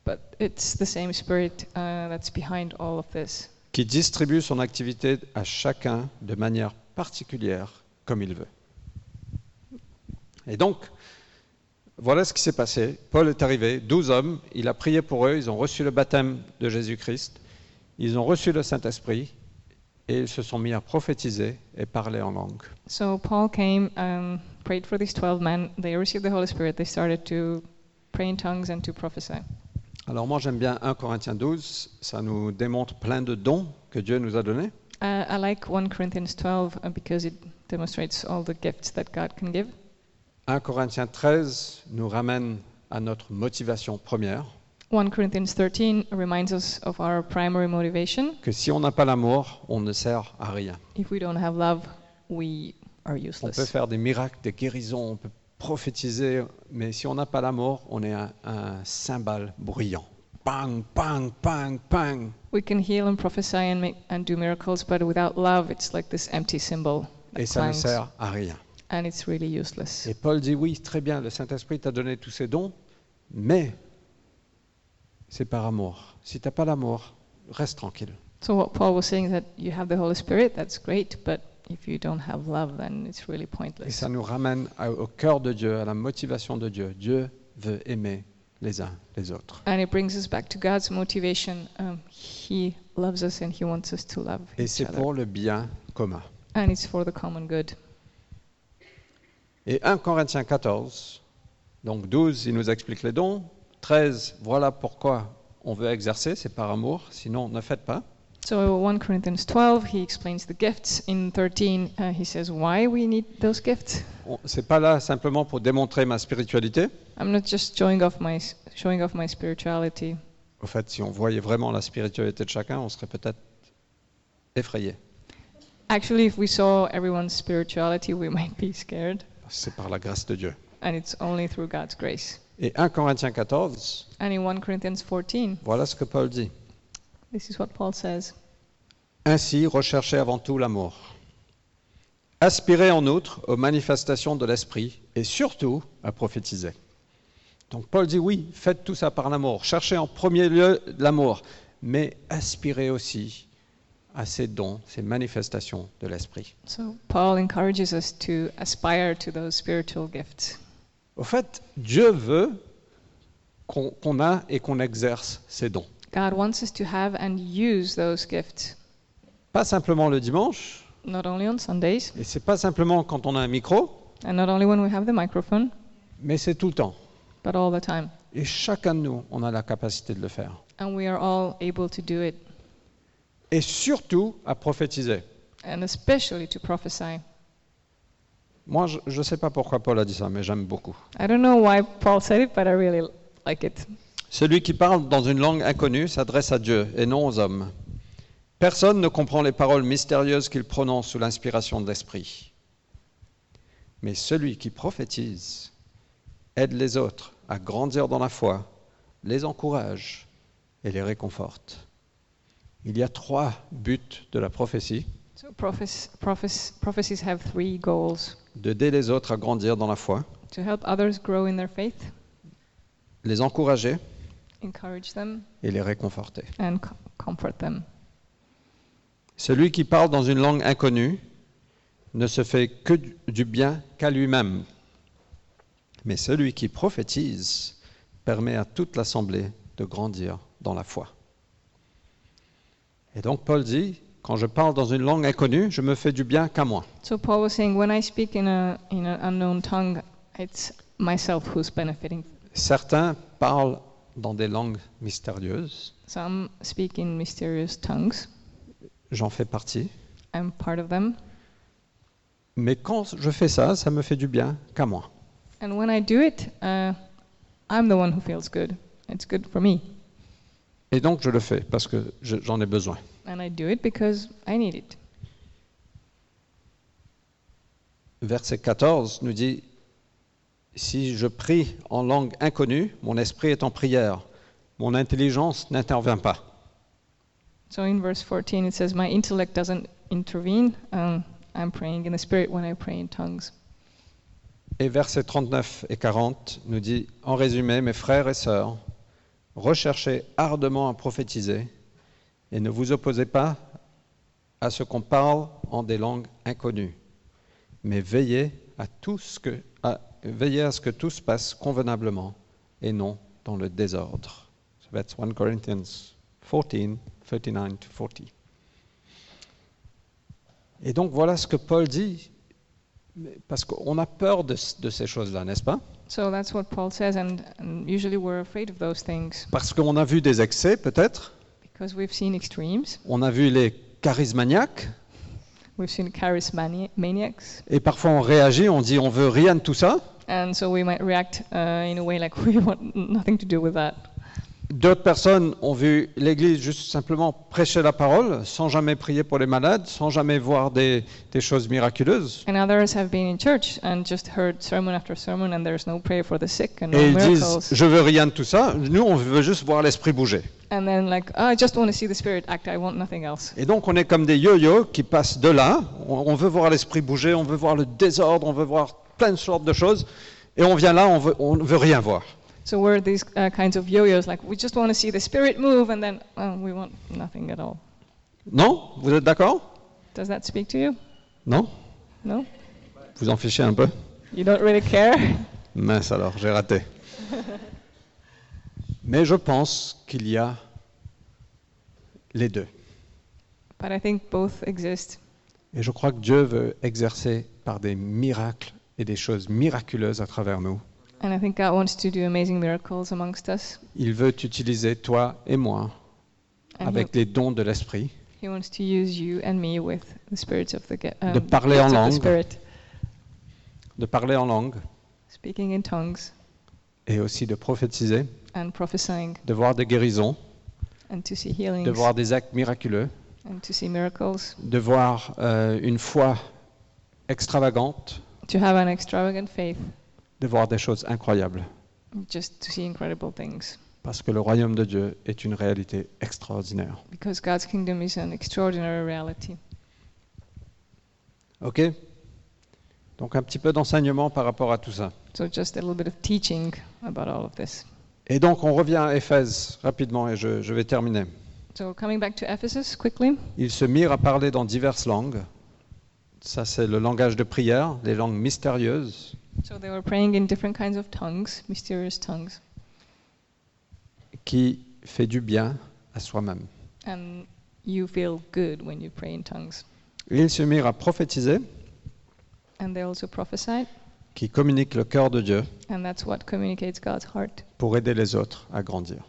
[SPEAKER 2] But it's the same spirit uh, that's behind all of this,
[SPEAKER 1] qui distribue son activité à chacun de manière particulière comme il veut. Et donc, voilà ce qui s'est passé. Paul est arrivé, 12 hommes, il a prié pour eux, ils ont reçu le baptême de Jésus-Christ, ils ont reçu le Saint-Esprit et ils se sont mis à prophétiser et parler en langue.
[SPEAKER 2] So Paul came, um, prayed for these 12 men. They received the Holy Spirit. They started to pray in tongues and to prophesy.
[SPEAKER 1] Alors moi j'aime bien 1 Corinthiens 12, ça nous démontre plein de dons que Dieu nous a donnés.
[SPEAKER 2] Uh, I like 1 Corinthians 12 uh, because it demonstrates all the gifts that God can give.
[SPEAKER 1] 1 Corinthiens 13 nous ramène à notre motivation première,
[SPEAKER 2] 1 Corinthians 13 reminds us of our primary motivation.
[SPEAKER 1] que si on n'a pas l'amour, on ne sert à rien.
[SPEAKER 2] If we don't have love, we are
[SPEAKER 1] On peut
[SPEAKER 2] useless.
[SPEAKER 1] faire des miracles, des guérisons, on peut prophétiser, mais si on n'a pas l'amour, on est un, un cymbale bruyant. Bang, bang, bang, bang.
[SPEAKER 2] We can heal and prophesy and, make, and do miracles, but without love, it's like this empty symbol. that
[SPEAKER 1] Et ça ne
[SPEAKER 2] clangs,
[SPEAKER 1] sert à rien.
[SPEAKER 2] and it's really useless.
[SPEAKER 1] Et Paul dit oui, très bien, le Saint-Esprit t'a donné tous ces dons, mais c'est par amour. Si t'as pas l'amour, reste tranquille.
[SPEAKER 2] So what Paul was saying is that you have the Holy Spirit, that's great, but if you don't have love, then it's really
[SPEAKER 1] Et
[SPEAKER 2] pointless.
[SPEAKER 1] ça nous ramène à- au cœur de Dieu, à la motivation de Dieu. Dieu veut aimer les uns les autres.
[SPEAKER 2] And it brings us back to God's motivation. Um, he loves us and He wants us to love
[SPEAKER 1] Et
[SPEAKER 2] each
[SPEAKER 1] c'est
[SPEAKER 2] other.
[SPEAKER 1] pour le bien commun.
[SPEAKER 2] And it's for the common good.
[SPEAKER 1] Et 1 Corinthiens 14, donc 12, il nous explique les dons. 13, voilà pourquoi on veut exercer, c'est par amour, sinon ne faites pas.
[SPEAKER 2] So 1 Corinthians 12, he explains the gifts. In 13, uh, he says why we need those gifts.
[SPEAKER 1] On- C'est pas là simplement pour démontrer ma spiritualité.
[SPEAKER 2] I'm not just showing off my showing off my spirituality.
[SPEAKER 1] Au fait, si on voyait vraiment la spiritualité de chacun, on serait peut-être effrayé.
[SPEAKER 2] Actually, if we saw everyone's spirituality, we might be scared,
[SPEAKER 1] Parce que C'est par la grâce de Dieu.
[SPEAKER 2] and it's only through God's grace.
[SPEAKER 1] Et 1 Corinthiens 14,
[SPEAKER 2] And in 1 Corinthians 14,
[SPEAKER 1] voilà ce que Paul dit.
[SPEAKER 2] this is what Paul says.
[SPEAKER 1] Ainsi, recherchez avant tout l'amour. Aspirez en outre aux manifestations de l'esprit et surtout à prophétiser. Donc Paul dit oui, faites tout ça par l'amour. Cherchez en premier lieu l'amour, mais aspirez aussi à ces dons, ces manifestations de l'esprit.
[SPEAKER 2] So Paul encourages us to aspire to those spiritual gifts.
[SPEAKER 1] Au fait, Dieu veut qu'on qu'on a et qu'on exerce ces dons.
[SPEAKER 2] God wants us to have and use those gifts,
[SPEAKER 1] Pas simplement le dimanche,
[SPEAKER 2] not only on Sundays,
[SPEAKER 1] et c'est pas simplement quand on a un micro,
[SPEAKER 2] and not only when we have the microphone,
[SPEAKER 1] mais c'est tout le temps.
[SPEAKER 2] but all the time.
[SPEAKER 1] Et chacun de nous, on a la capacité de le faire.
[SPEAKER 2] And we are all able to do it,
[SPEAKER 1] et surtout à prophétiser.
[SPEAKER 2] and especially to prophesy.
[SPEAKER 1] Moi, je ne sais pas pourquoi Paul a dit ça, mais j'aime beaucoup.
[SPEAKER 2] I don't know why Paul said it, but I really like it.
[SPEAKER 1] Celui qui parle dans une langue inconnue s'adresse à Dieu et non aux hommes. Personne ne comprend les paroles mystérieuses qu'il prononce sous l'inspiration de l'Esprit. Mais celui qui prophétise aide les autres à grandir dans la foi, les encourage et les réconforte. Il y a trois buts de la prophétie.
[SPEAKER 2] So prophes- prophes- prophecies have three goals:
[SPEAKER 1] D'aider les autres à grandir dans la foi,
[SPEAKER 2] to help others grow in their faith,
[SPEAKER 1] les encourager
[SPEAKER 2] encourage them,
[SPEAKER 1] et les réconforter.
[SPEAKER 2] and co- comfort them.
[SPEAKER 1] Celui qui parle dans une langue inconnue ne se fait que du du bien qu'à lui-même. Mais celui qui prophétise permet à toute l'assemblée de grandir dans la foi. Et donc Paul dit, quand je parle dans une langue inconnue, je me fais du bien qu'à moi.
[SPEAKER 2] So Paul was saying, when I speak in a in an unknown tongue, it's myself who's benefiting.
[SPEAKER 1] Certains parlent dans des langues mystérieuses,
[SPEAKER 2] Some speak in mysterious tongues.
[SPEAKER 1] j'en fais partie,
[SPEAKER 2] I'm part of them,
[SPEAKER 1] mais quand je fais ça, ça me fait du bien qu'à moi.
[SPEAKER 2] and when I do it, uh, I'm the one who feels good. It's good for me,
[SPEAKER 1] Et donc je le fais parce que je- j'en ai besoin.
[SPEAKER 2] and I do it because I need it.
[SPEAKER 1] verset 14 nous dit Si je prie en langue inconnue, mon esprit est en prière, mon intelligence n'intervient pas.
[SPEAKER 2] So in verse 14 it says, My intellect doesn't intervene. Um, I'm praying in the spirit when I pray in tongues.
[SPEAKER 1] Et versets 39 et 40 nous dit En résumé, mes frères et sœurs, recherchez ardemment à prophétiser et ne vous opposez pas à ce qu'on parle en des langues inconnues, mais veillez à, tout ce que, à- veillez à ce que tout se passe convenablement et non dans le désordre. So that's 1 Corinthians 14, 39 to 40. Et donc voilà ce que Paul dit. Mais Parce qu'on a peur de, c- de ces choses-là, n'est-ce pas
[SPEAKER 2] So that's what Paul says, and, and usually we're afraid of those things
[SPEAKER 1] Parce qu'on a vu des excès, peut-être.
[SPEAKER 2] because we've seen extremes,
[SPEAKER 1] On a vu les charismaniaques.
[SPEAKER 2] we've seen charismani- maniacs,
[SPEAKER 1] Et parfois, on réagit, on dit on veut rien de tout ça.
[SPEAKER 2] and so we might react uh, in a way like we want nothing to do with that.
[SPEAKER 1] D'autres personnes ont vu l'Église juste simplement prêcher la parole, sans jamais prier pour les malades, sans jamais voir des, des choses miraculeuses.
[SPEAKER 2] And others have been in church and just heard sermon after sermon, and there's no prayer for the sick and
[SPEAKER 1] Et
[SPEAKER 2] no
[SPEAKER 1] ils disent
[SPEAKER 2] miracles.
[SPEAKER 1] je veux rien de tout ça. Nous, on veut juste voir l'esprit bouger.
[SPEAKER 2] And then, like, "Oh, I just want to see the Spirit act, I want nothing else.
[SPEAKER 1] Et donc, on est comme des yo-yo qui passent de là. On, on veut voir l'esprit bouger, on veut voir le désordre, on veut voir plein de sortes de choses. Et on vient là, on veut, on ne veut rien voir.
[SPEAKER 2] So we're these uh, kinds of yo yos, like, we just want to see the Spirit move, and then oh, we want nothing at all.
[SPEAKER 1] Non Vous êtes d'accord
[SPEAKER 2] Does that speak to you?
[SPEAKER 1] Non
[SPEAKER 2] No?
[SPEAKER 1] Vous en fichez un peu
[SPEAKER 2] You don't really care?
[SPEAKER 1] Mince alors, j'ai raté. Mais je pense qu'il y a les deux.
[SPEAKER 2] But I think both exist.
[SPEAKER 1] Et je crois que Dieu veut exercer par des miracles et des choses miraculeuses à travers nous.
[SPEAKER 2] And I think God wants to do amazing miracles amongst us.
[SPEAKER 1] Il veut utiliser toi et moi
[SPEAKER 2] And
[SPEAKER 1] avec les dons de l'esprit
[SPEAKER 2] he, he wants to use you and me with the spirits of the, ge- um,
[SPEAKER 1] De parler en
[SPEAKER 2] gifts of the
[SPEAKER 1] langue.
[SPEAKER 2] Spirit,
[SPEAKER 1] de parler en langue
[SPEAKER 2] speaking in tongues
[SPEAKER 1] et aussi de prophétiser,
[SPEAKER 2] and prophesying,
[SPEAKER 1] de voir des guérisons,
[SPEAKER 2] and to see healings
[SPEAKER 1] de voir des actes miraculeux,
[SPEAKER 2] and to see miracles,
[SPEAKER 1] de voir euh, une foi extravagante,
[SPEAKER 2] to have an extravagant faith,
[SPEAKER 1] de voir des choses incroyables.
[SPEAKER 2] just to see incredible things.
[SPEAKER 1] Parce que le royaume de Dieu est une réalité extraordinaire.
[SPEAKER 2] Because God's kingdom is an extraordinary reality.
[SPEAKER 1] Ok Donc un petit peu d'enseignement par rapport à tout ça.
[SPEAKER 2] So just a little bit of teaching about all of this.
[SPEAKER 1] Et donc on revient à Éphèse rapidement et je, je vais terminer.
[SPEAKER 2] So coming back to Ephesus quickly.
[SPEAKER 1] Ils se mirent à parler dans diverses langues. Ça c'est le langage de prière, les langues mystérieuses,
[SPEAKER 2] So they were praying in different kinds of tongues, mysterious tongues.
[SPEAKER 1] qui fait du bien à soi-même.
[SPEAKER 2] And you feel good when you pray in tongues.
[SPEAKER 1] Ils se mirent à prophétiser,
[SPEAKER 2] And they also prophesied,
[SPEAKER 1] qui communique le cœur de Dieu
[SPEAKER 2] and that's what communicates God's heart,
[SPEAKER 1] pour aider les autres à grandir.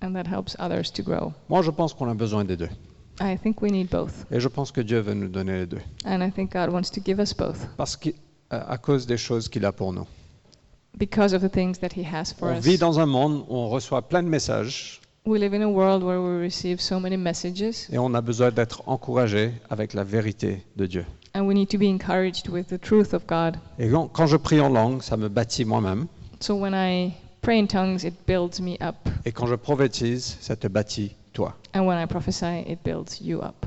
[SPEAKER 2] and that helps others to grow.
[SPEAKER 1] Moi je pense qu'on a besoin des deux.
[SPEAKER 2] I think we need both,
[SPEAKER 1] Et je pense que Dieu veut nous donner les deux.
[SPEAKER 2] and I think God wants to give us both
[SPEAKER 1] Parce qu'à à cause des choses qu'il a pour nous.
[SPEAKER 2] because of the things that He has for
[SPEAKER 1] On
[SPEAKER 2] us.
[SPEAKER 1] vit dans un monde où on reçoit plein de messages
[SPEAKER 2] We live in a world where we receive so many messages,
[SPEAKER 1] et on a besoin d'être encouragé avec la vérité de Dieu.
[SPEAKER 2] and we need to be encouraged with the truth of God.
[SPEAKER 1] Et quand, quand je prie en langue, ça me bâtit moi-même.
[SPEAKER 2] So when I pray in tongues, it builds me up,
[SPEAKER 1] Et quand je prophétise, ça te bâtit toi.
[SPEAKER 2] and when I prophesy, it builds you up.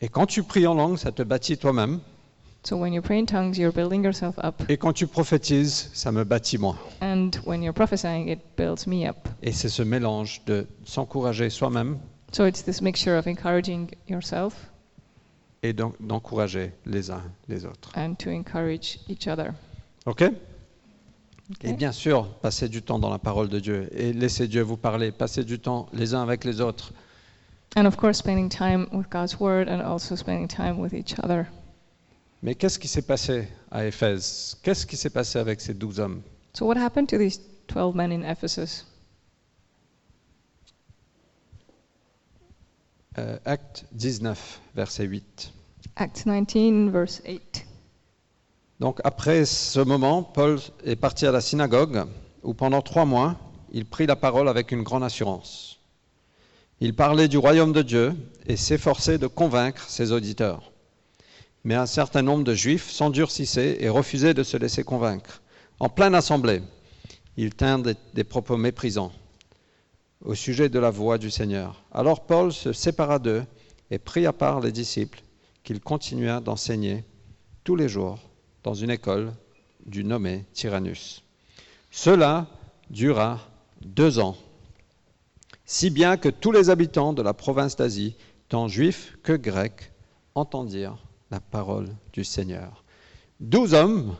[SPEAKER 1] Et quand tu pries en langue, ça te bâtit toi-même.
[SPEAKER 2] So when you pray in tongues, you're building yourself up,
[SPEAKER 1] Et quand tu prophétises, ça me bâtit moi.
[SPEAKER 2] and when you're prophesying, it builds me up.
[SPEAKER 1] Et c'est ce mélange de s'encourager soi-même
[SPEAKER 2] So it's this mixture of encouraging yourself
[SPEAKER 1] et d'en- d'encourager les uns les autres.
[SPEAKER 2] and to encourage each other.
[SPEAKER 1] OK Et
[SPEAKER 2] Okay.
[SPEAKER 1] bien sûr, passez du temps dans la parole de Dieu et laissez Dieu vous parler. Passez du temps les uns avec les autres.
[SPEAKER 2] And of course, spending time with God's Word and also spending time with each other.
[SPEAKER 1] Mais qu'est-ce qui s'est passé à Éphèse Qu'est-ce qui s'est passé avec ces douze hommes
[SPEAKER 2] So, what happened to these 12 men in Ephesus?
[SPEAKER 1] Euh, Acte 19, verset 8.
[SPEAKER 2] Acts 19, verse 8.
[SPEAKER 1] Donc après ce moment, Paul est parti à la synagogue où pendant trois mois, il prit la parole avec une grande assurance. Il parlait du royaume de Dieu et s'efforçait de convaincre ses auditeurs. Mais un certain nombre de Juifs s'endurcissaient et refusaient de se laisser convaincre. En pleine assemblée, il tint des, des propos méprisants au sujet de la voix du Seigneur. Alors Paul se sépara d'eux et prit à part les disciples qu'il continua d'enseigner tous les jours dans une école du nommé Tyrannus. Cela dura deux ans, si bien que tous les habitants de la province d'Asie, tant juifs que grecs, entendirent la parole du Seigneur. Douze hommes,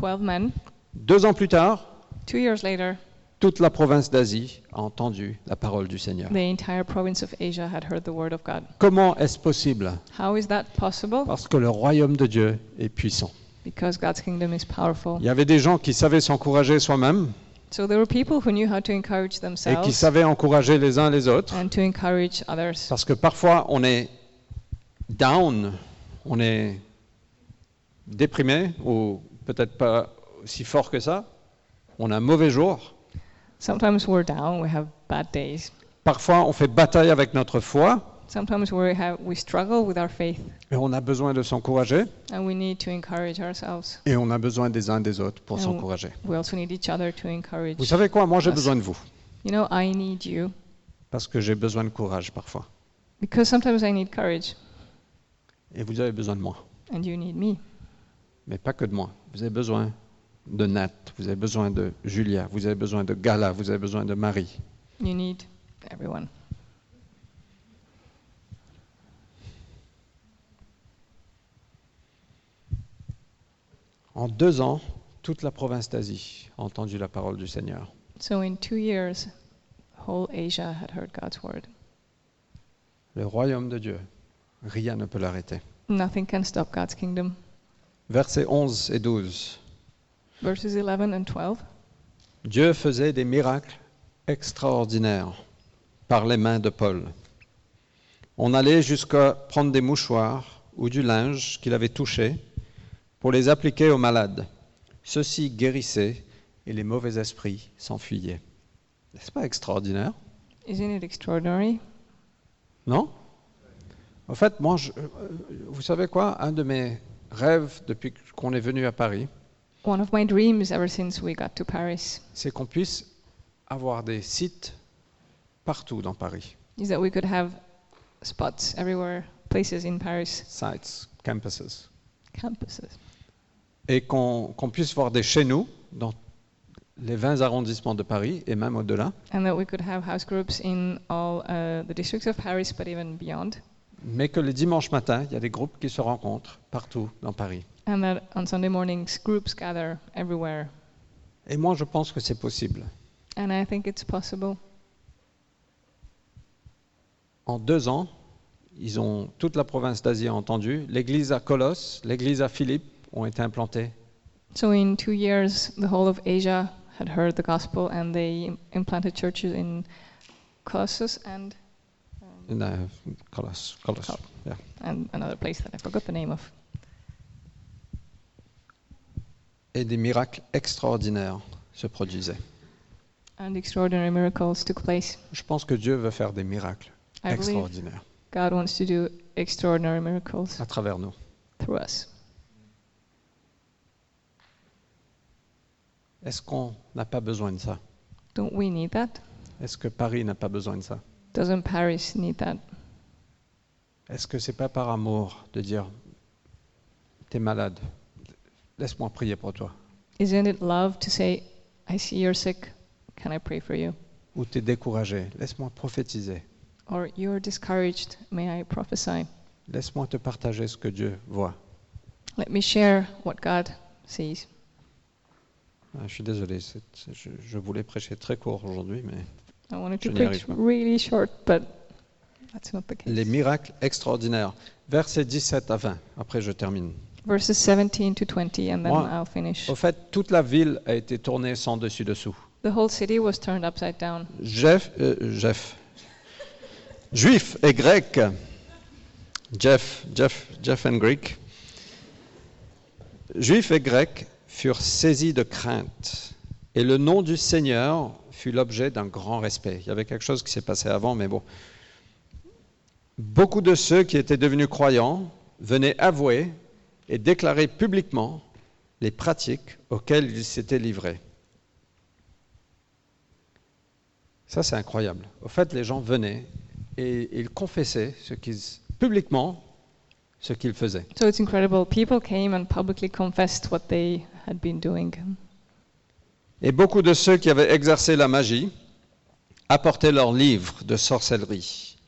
[SPEAKER 2] 12 men.
[SPEAKER 1] deux ans plus tard,
[SPEAKER 2] Two years later,
[SPEAKER 1] toute la province d'Asie a entendu la parole du Seigneur.
[SPEAKER 2] The entire province of Asia had heard the word of God.
[SPEAKER 1] Comment est-ce possible
[SPEAKER 2] How is that possible?
[SPEAKER 1] Parce que le royaume de Dieu est puissant.
[SPEAKER 2] Because God's kingdom is powerful.
[SPEAKER 1] Il y avait des gens qui savaient s'encourager soi-même
[SPEAKER 2] So there were people who knew how to encourage
[SPEAKER 1] et qui
[SPEAKER 2] themselves
[SPEAKER 1] savaient encourager les uns les autres.
[SPEAKER 2] and to encourage others.
[SPEAKER 1] Parce que parfois on est down, on est déprimé ou peut-être pas aussi fort que ça. On a un mauvais jour.
[SPEAKER 2] Sometimes we're down, we have bad days.
[SPEAKER 1] Parfois on fait bataille avec notre foi
[SPEAKER 2] Sometimes we have we struggle with our faith
[SPEAKER 1] et on a besoin de s'encourager
[SPEAKER 2] and we need to encourage ourselves.
[SPEAKER 1] et on a besoin des uns des autres pour
[SPEAKER 2] Ah oui.
[SPEAKER 1] s'encourager.
[SPEAKER 2] We also need each other to
[SPEAKER 1] Vous
[SPEAKER 2] encourage.
[SPEAKER 1] savez quoi Moi j'ai
[SPEAKER 2] Ah,
[SPEAKER 1] besoin de vous
[SPEAKER 2] You know, I need you
[SPEAKER 1] parce que j'ai besoin de courage parfois
[SPEAKER 2] because sometimes I need courage
[SPEAKER 1] et vous avez besoin de moi.
[SPEAKER 2] and you need me.
[SPEAKER 1] Mais pas que de moi. Vous avez besoin de Nat, vous avez besoin de Julia, vous avez besoin de Gala, vous avez besoin de Marie.
[SPEAKER 2] You need everyone.
[SPEAKER 1] En deux ans, toute la province d'Asie a entendu la parole du Seigneur.
[SPEAKER 2] So in 2 years whole Asia had heard God's word.
[SPEAKER 1] Le royaume de Dieu, rien ne peut l'arrêter.
[SPEAKER 2] Nothing can stop God's kingdom.
[SPEAKER 1] Versets 11 et 12.
[SPEAKER 2] Verses 11 and 12.
[SPEAKER 1] Dieu faisait des miracles extraordinaires par les mains de Paul. On allait jusqu'à prendre des mouchoirs ou du linge qu'il avait touché pour les appliquer aux malades. Ceux-ci guérissaient et les mauvais esprits s'enfuyaient. N'est-ce pas extraordinaire
[SPEAKER 2] Isn't it extraordinary?
[SPEAKER 1] Non En fait, moi, je- euh, vous savez quoi Un de mes rêves depuis qu'on est venu à Paris,
[SPEAKER 2] One of my dreams ever since we got to Paris
[SPEAKER 1] c'est qu'on puisse avoir des sites partout dans Paris.
[SPEAKER 2] is that we could have spots everywhere, places in Paris,
[SPEAKER 1] Sites, campuses.
[SPEAKER 2] campuses,
[SPEAKER 1] Et qu'on qu'on puisse voir des chez nous dans les 20 arrondissements de Paris et même au-delà,
[SPEAKER 2] and that we could have house groups in all uh, the districts of Paris, but even beyond.
[SPEAKER 1] mais que le dimanche matin, il y a des groupes qui se rencontrent partout dans Paris.
[SPEAKER 2] And that on Sunday mornings, groups gather everywhere.
[SPEAKER 1] Et moi, je pense que c'est possible.
[SPEAKER 2] And I think it's possible.
[SPEAKER 1] En deux ans, ils ont toute la province d'Asie a entendu. L'église à Colosse, l'église à Philippe ont été implantées.
[SPEAKER 2] So, in two years, the whole of Asia had heard the gospel and they im- implanted churches in Colossus and,
[SPEAKER 1] In, uh, Colosse, Colosse.
[SPEAKER 2] Col-
[SPEAKER 1] yeah.
[SPEAKER 2] and another place that I forgot the name of.
[SPEAKER 1] Et des miracles extraordinaires se produisaient.
[SPEAKER 2] And extraordinary miracles took place.
[SPEAKER 1] Je pense que Dieu veut faire des miracles
[SPEAKER 2] I believe
[SPEAKER 1] extraordinaires
[SPEAKER 2] God wants to do extraordinary miracles
[SPEAKER 1] à travers nous.
[SPEAKER 2] through us.
[SPEAKER 1] Est-ce qu'on n'a pas besoin de ça
[SPEAKER 2] Don't we need that?
[SPEAKER 1] Est-ce que Paris n'a pas besoin de ça
[SPEAKER 2] Doesn't Paris need that?
[SPEAKER 1] Est-ce que c'est pas par amour de dire T'es malade, laisse-moi prier pour toi
[SPEAKER 2] Isn't it love to say, I see you're sick, can I pray for you?
[SPEAKER 1] Ou t'es découragé, laisse-moi prophétiser,
[SPEAKER 2] Or you're discouraged, may I prophesy?
[SPEAKER 1] laisse-moi te partager ce que Dieu voit.
[SPEAKER 2] Let me share what God sees.
[SPEAKER 1] Ah, je suis désolé, c'est- c'est- je, je voulais prêcher très court aujourd'hui, mais
[SPEAKER 2] I wanted
[SPEAKER 1] Je
[SPEAKER 2] to
[SPEAKER 1] n'y
[SPEAKER 2] preach
[SPEAKER 1] arrive pas.
[SPEAKER 2] really short, but that's not the
[SPEAKER 1] les
[SPEAKER 2] case.
[SPEAKER 1] miracles extraordinaires. Versets 17 à 20, après je termine.
[SPEAKER 2] Verses 17 to 20, and then
[SPEAKER 1] Moi-
[SPEAKER 2] I'll finish.
[SPEAKER 1] Au fait, toute la ville a été tournée sans dessus-dessous.
[SPEAKER 2] The whole city was turned upside down.
[SPEAKER 1] Jeff, euh, Jeff. Juifs et Grecs. Jeff, Jeff, Jeff and Greek. Juifs et Grecs furent saisis de crainte. Et le nom du Seigneur fut l'objet d'un grand respect. Il y avait quelque chose qui s'est passé avant, mais bon. Beaucoup de ceux qui étaient devenus croyants venaient avouer et déclarer publiquement les pratiques auxquelles ils s'étaient livrés. Ça, c'est incroyable. Au fait, les gens venaient et ils confessaient ce qu'ils, publiquement ce qu'ils faisaient.
[SPEAKER 2] So it's incredible. People came and publicly confessed what they had been doing.
[SPEAKER 1] Et beaucoup de ceux qui avaient exercé la magie apportaient leurs livres de sorcellerie,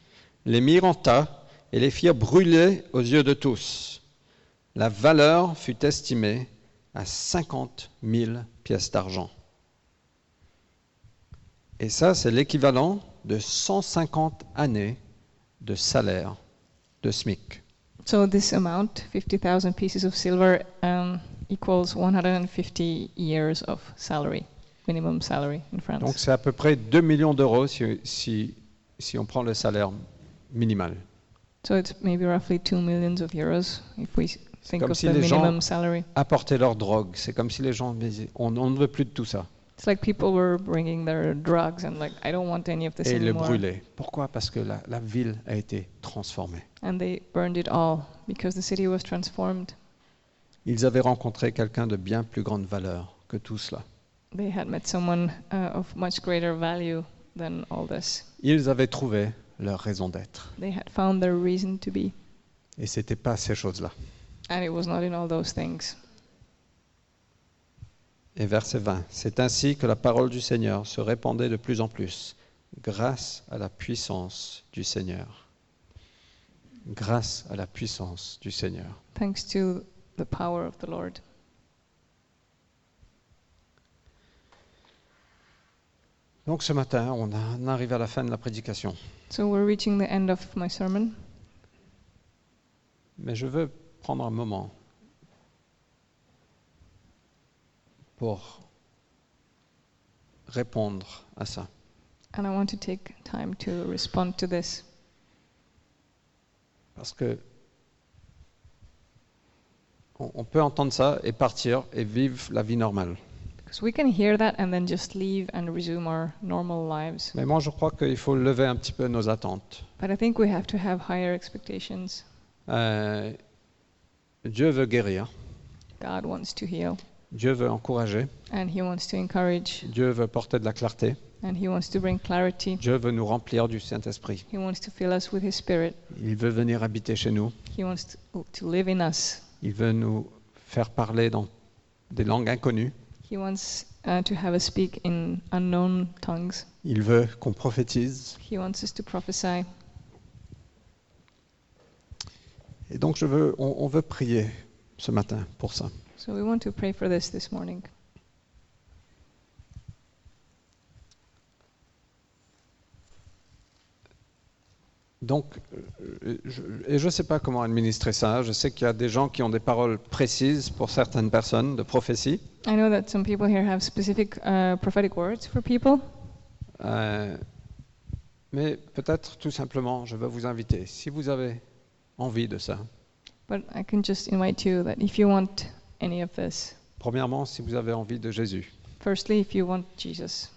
[SPEAKER 1] les mirent en tas et les firent brûler aux yeux de tous. La valeur fut estimée à 50 000 pièces d'argent. Et ça, c'est l'équivalent de 150 années de salaire de SMIC.
[SPEAKER 2] So this amount, 50,000 pieces of silver, um, equals 150 years of salary, minimum salary in France.
[SPEAKER 1] Donc c'est à peu près 2 millions d'euros si, si, si on prend le salaire minimal.
[SPEAKER 2] so it's maybe roughly two millions of euros if we s- think
[SPEAKER 1] comme
[SPEAKER 2] of
[SPEAKER 1] si
[SPEAKER 2] the
[SPEAKER 1] les gens-
[SPEAKER 2] minimum salary.
[SPEAKER 1] Apporter leur drogue, c'est comme si les gens disaient on, on ne veut plus de tout ça.
[SPEAKER 2] It's like people were bringing their drugs and like I don't want any of this
[SPEAKER 1] Et le
[SPEAKER 2] anymore.
[SPEAKER 1] brûler. Pourquoi Parce que la, la ville a été transformée.
[SPEAKER 2] And they burned it all because the city was transformed.
[SPEAKER 1] Ils avaient rencontré quelqu'un de bien plus grande valeur que tout cela.
[SPEAKER 2] They had met someone uh, of much greater value than all this.
[SPEAKER 1] Ils avaient trouvé leur raison d'être.
[SPEAKER 2] They had found their reason to be,
[SPEAKER 1] Et ce n'était pas ces choses-là.
[SPEAKER 2] and it was not in all those things.
[SPEAKER 1] Et verset 20. C'est ainsi que la parole du Seigneur se répandait de plus en plus, grâce à la puissance du Seigneur. Grâce à la puissance du Seigneur.
[SPEAKER 2] Thanks to the power of the Lord.
[SPEAKER 1] Donc ce matin, on a- on arrive à la fin de la prédication.
[SPEAKER 2] So we're reaching the end of my sermon,
[SPEAKER 1] Mais je veux prendre un moment pour répondre à ça.
[SPEAKER 2] and I want to take time to respond to this
[SPEAKER 1] Parce que on, on peut entendre ça et partir et vivre la vie normale.
[SPEAKER 2] because we can hear that and then just leave and resume our normal lives.
[SPEAKER 1] Mais moi, je crois qu'il faut lever un petit peu nos attentes.
[SPEAKER 2] But I think we have to have higher expectations.
[SPEAKER 1] Euh, Dieu veut guérir,
[SPEAKER 2] God wants to heal,
[SPEAKER 1] Dieu veut encourager,
[SPEAKER 2] and He wants to encourage,
[SPEAKER 1] Dieu veut porter de la clarté,
[SPEAKER 2] and He wants to bring clarity.
[SPEAKER 1] Dieu veut nous remplir du Saint-Esprit.
[SPEAKER 2] He wants to fill us with His Spirit.
[SPEAKER 1] Il veut venir habiter chez nous,
[SPEAKER 2] He wants to, to live in us.
[SPEAKER 1] il veut nous faire parler dans des langues inconnues,
[SPEAKER 2] He wants uh, to have us speak in unknown tongues.
[SPEAKER 1] il veut qu'on prophétise.
[SPEAKER 2] He wants us to prophesy.
[SPEAKER 1] Et donc, je veux, on- on veut prier ce matin pour ça.
[SPEAKER 2] So we want to pray for this this morning.
[SPEAKER 1] Donc, euh, je, et je ne sais pas comment administrer ça. Je sais qu'il y a des gens qui ont des paroles précises pour certaines personnes de prophétie.
[SPEAKER 2] I know that some people here have specific uh, prophetic words for people,
[SPEAKER 1] Euh, mais peut-être tout simplement, je veux vous inviter, si vous avez envie de ça,
[SPEAKER 2] but I can just invite you that if you want any of this,
[SPEAKER 1] premièrement, si vous avez envie de Jésus,
[SPEAKER 2] firstly, if you want Jesus,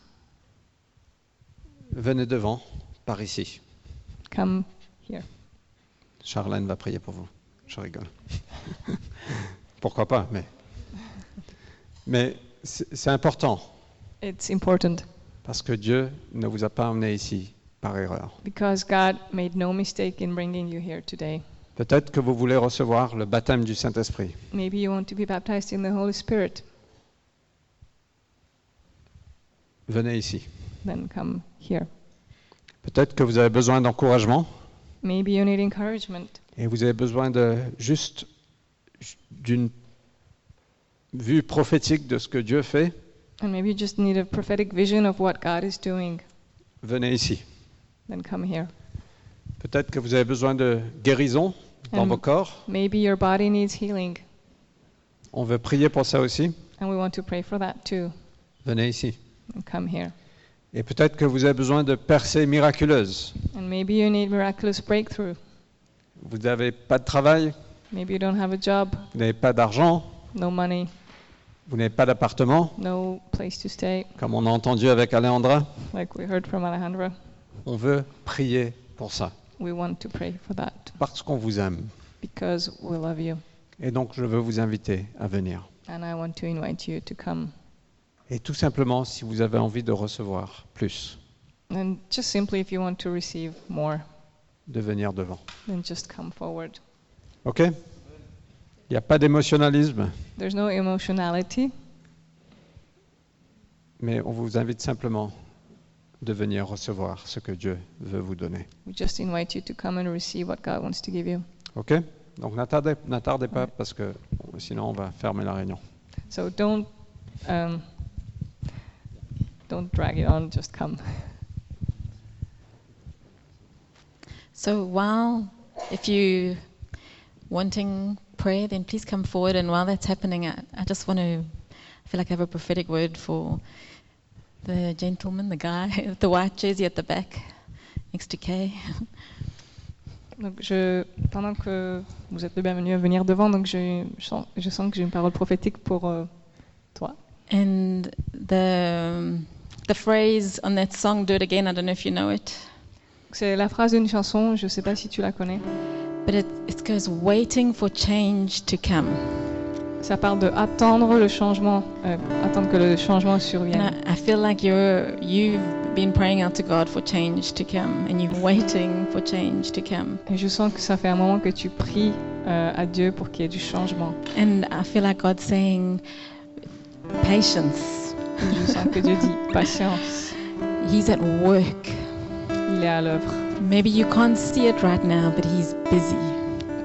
[SPEAKER 1] venez devant, par ici.
[SPEAKER 2] come here.
[SPEAKER 1] Charlène va prier pour vous. Je rigole. Pourquoi pas, mais. Mais c'est c'est important,
[SPEAKER 2] It's important
[SPEAKER 1] parce que Dieu ne vous a pas amené ici par erreur.
[SPEAKER 2] because God made no mistake in bringing you here today.
[SPEAKER 1] Peut-être que vous voulez recevoir le baptême du Saint-Esprit.
[SPEAKER 2] Maybe you want to be baptized in the Holy Spirit,
[SPEAKER 1] Venez ici.
[SPEAKER 2] then come here.
[SPEAKER 1] Peut-être que vous avez besoin d'encouragement
[SPEAKER 2] Maybe you need encouragement.
[SPEAKER 1] et vous avez besoin de juste d'une vue prophétique de ce que Dieu fait.
[SPEAKER 2] And maybe you just need a prophetic vision of what God is doing,
[SPEAKER 1] Venez ici.
[SPEAKER 2] then come here.
[SPEAKER 1] Peut-être que vous avez besoin de guérison dans
[SPEAKER 2] Amen.
[SPEAKER 1] vos corps.
[SPEAKER 2] Maybe your body needs healing,
[SPEAKER 1] On veut prier pour ça aussi.
[SPEAKER 2] and we want to pray for that too,
[SPEAKER 1] Venez ici.
[SPEAKER 2] and come here.
[SPEAKER 1] Et peut-être que vous avez besoin de percées miraculeuses.
[SPEAKER 2] And maybe you need miraculous breakthrough.
[SPEAKER 1] Vous n'avez pas de travail,
[SPEAKER 2] Maybe you don't have a job,
[SPEAKER 1] vous n'avez pas d'argent,
[SPEAKER 2] no money,
[SPEAKER 1] vous n'avez pas d'appartement,
[SPEAKER 2] no place to stay,
[SPEAKER 1] comme on a entendu avec Alejandra.
[SPEAKER 2] like we heard from Alejandra.
[SPEAKER 1] On veut prier pour ça,
[SPEAKER 2] We want to pray for that
[SPEAKER 1] parce qu'on vous aime.
[SPEAKER 2] because we love you.
[SPEAKER 1] Et donc, je veux vous inviter à venir.
[SPEAKER 2] And I want to invite you to come.
[SPEAKER 1] Et tout simplement, si vous avez envie de recevoir plus,
[SPEAKER 2] And just simply, if you want to receive more,
[SPEAKER 1] de venir devant.
[SPEAKER 2] then just come forward.
[SPEAKER 1] OK Il n'y a pas d'émotionnalisme,
[SPEAKER 2] There's no emotionality,
[SPEAKER 1] mais on vous invite simplement de venir recevoir ce que Dieu veut vous donner.
[SPEAKER 2] we just invite you to come and receive what God wants to give you.
[SPEAKER 1] OK Donc, n'attardez n'attardez pas, parce que sinon, on va fermer la réunion.
[SPEAKER 2] So don't. Um, Don't drag it on, just come.
[SPEAKER 4] So while, if you wanting prayer, then please come forward. And while that's happening, I, I just want to, I feel like I have a prophetic word for the gentleman, the guy, with the white jersey at the back, next to Kay.
[SPEAKER 2] Donc je, pendant que vous êtes le bienvenu à venir devant, donc je, je sens, je sens que j'ai une parole prophétique pour euh, toi.
[SPEAKER 4] And the um, the phrase on that song, "Do It Again," I don't know if you know it,
[SPEAKER 2] C'est la phrase d'une chanson, je ne sais pas si tu la connais.
[SPEAKER 4] but it it goes, "Waiting for change to come."
[SPEAKER 2] Ça parle de attendre le changement, euh, attendre que le changement survienne.
[SPEAKER 4] And I, I feel like you're you've been praying out to God for change to come, and you're waiting for change to come.
[SPEAKER 2] Et je sens que ça fait un moment que tu pries euh, à Dieu pour qu'il y ait du changement.
[SPEAKER 4] And I feel like God's saying, "Patience."
[SPEAKER 2] Et je sens que Dieu dit patience,
[SPEAKER 4] He's at work.
[SPEAKER 2] il est à l'œuvre.
[SPEAKER 4] Maybe you can't see it right now, but He's busy.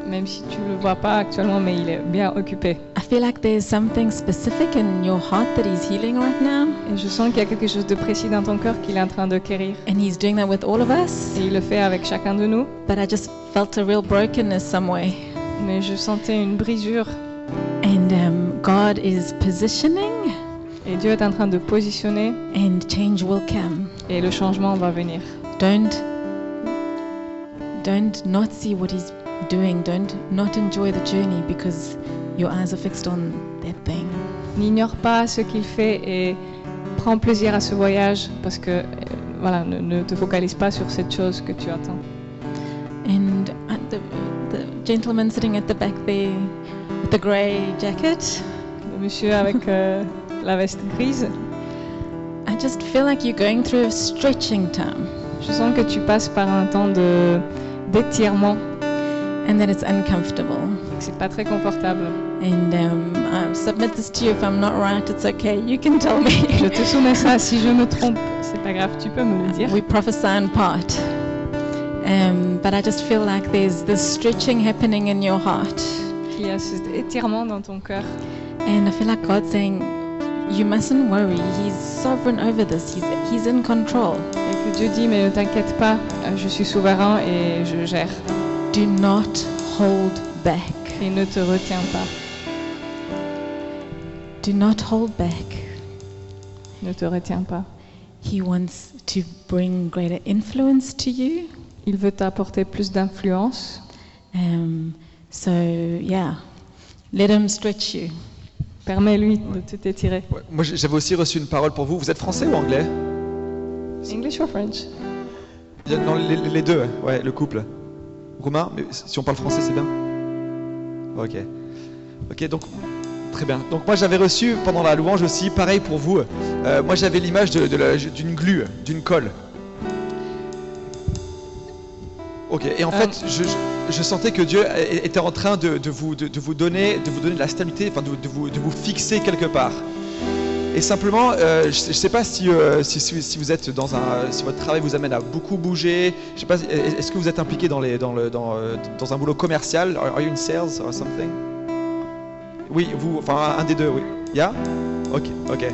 [SPEAKER 2] Même si tu ne le vois pas actuellement, mais il est bien occupé.
[SPEAKER 4] I feel like there's something specific in your heart that He's healing right now,
[SPEAKER 2] Et je sens qu'il y a quelque chose de précis dans ton cœur qu'il est en train de quérir.
[SPEAKER 4] and He's doing that with all of
[SPEAKER 2] Et
[SPEAKER 4] us.
[SPEAKER 2] il le fait avec chacun de nous.
[SPEAKER 4] But I just felt a real brokenness somewhere,
[SPEAKER 2] Mais je sentais une brisure.
[SPEAKER 4] and um, God is positioning,
[SPEAKER 2] Et Dieu est en train de positionner
[SPEAKER 4] and change will come.
[SPEAKER 2] et le changement va venir.
[SPEAKER 4] Don't don't not see what He's doing. Don't not enjoy the journey because your eyes are fixed on that thing.
[SPEAKER 2] N'ignore pas ce qu'il fait et prends plaisir à ce voyage parce que euh, voilà, ne, ne te focalise pas sur cette chose que tu attends.
[SPEAKER 4] And uh, the, the gentleman sitting at the back there with the grey jacket,
[SPEAKER 2] Le monsieur avec euh, la veste grise,
[SPEAKER 4] I just feel like you're going through a stretching time
[SPEAKER 2] je sens que tu passes par un temps de d'étirement
[SPEAKER 4] and that it's uncomfortable.
[SPEAKER 2] et que c'est pas très confortable.
[SPEAKER 4] And um, I submit this to you. If I'm not right, it's okay. You can tell me.
[SPEAKER 2] Je te soumets ça, si je me trompe, c'est pas grave, tu peux me le dire.
[SPEAKER 4] we prophesy in part. Um, but I just feel like there's this stretching happening in your heart.
[SPEAKER 2] Il y a cet étirement dans ton cœur.
[SPEAKER 4] And I feel like God's saying, you mustn't worry. He's sovereign over this. He's, he's in control.
[SPEAKER 2] Et que Dieu dit, mais ne t'inquiète pas, euh, je suis souverain et je gère.
[SPEAKER 4] Do not hold back.
[SPEAKER 2] Et ne te retiens pas,
[SPEAKER 4] Do not hold back.
[SPEAKER 2] ne te retiens pas.
[SPEAKER 4] He wants to bring greater influence to you.
[SPEAKER 2] Il veut t'apporter plus d'influence.
[SPEAKER 4] Um, so, yeah, let him stretch you.
[SPEAKER 2] Permets-lui de te t'étirer.
[SPEAKER 5] Ouais, Moi, j'ai- j'avais aussi reçu une parole pour vous. Vous êtes français ou anglais
[SPEAKER 2] English or French?
[SPEAKER 5] Il y a- Non, les, les deux, ouais, le couple. Roumain, mais si on parle français, c'est bien Ok. Ok, donc, très bien. Donc, moi, j'avais reçu pendant la louange aussi, pareil pour vous. Euh, moi, j'avais l'image de- de la- d'une glue, d'une colle. Ok, et en
[SPEAKER 2] Euh.
[SPEAKER 5] fait, je, je- je sentais que Dieu é- était en train de, de vous, de, de vous donner, de vous donner de la stabilité, enfin, de, vous- de vous, de vous fixer quelque part. Et simplement, euh, je ne sais je sais pas si, euh, si, si- si vous êtes dans un, si votre travail vous amène à beaucoup bouger. Je sais pas, si- est-ce que vous êtes impliqué dans, les, dans, le, dans, euh, dans un boulot commercial? Are, are you in sales or something? Oui, vous, enfin un des deux, oui. Yeah? Ok, ok,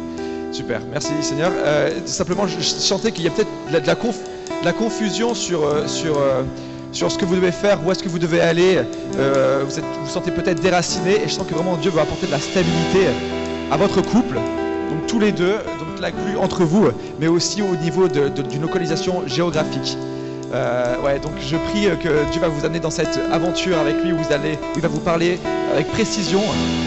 [SPEAKER 5] super. Merci Seigneur. Euh, simplement, je, je sentais qu'il y a peut-être de la, de la conf- de la confusion sur, euh, sur, euh, sur ce que vous devez faire, où est-ce que vous devez aller. Euh, vous êtes, vous sentez peut-être déraciné et je sens que vraiment Dieu veut apporter de la stabilité à votre couple. Donc tous les deux, donc la glue entre vous, mais aussi au niveau de- de- d'une localisation géographique. Euh, ouais, donc je prie euh, que Dieu va vous amener dans cette aventure avec lui où vous allez, où il va vous parler avec précision,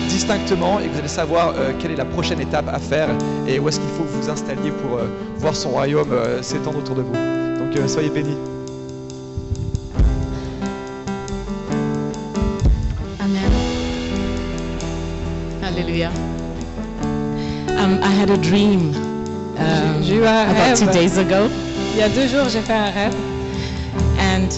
[SPEAKER 5] distinctement, et vous allez savoir euh, quelle est la prochaine étape à faire et où est-ce qu'il faut que vous vous installiez pour euh, voir son royaume euh, s'étendre autour de vous. Donc euh, soyez bénis.
[SPEAKER 4] Amen. Hallelujah. Um, I had a dream um,
[SPEAKER 2] J'ai eu un
[SPEAKER 4] about two
[SPEAKER 2] rêve.
[SPEAKER 4] days ago,
[SPEAKER 2] Il y a deux jours, j'ai fait un rêve.
[SPEAKER 6] And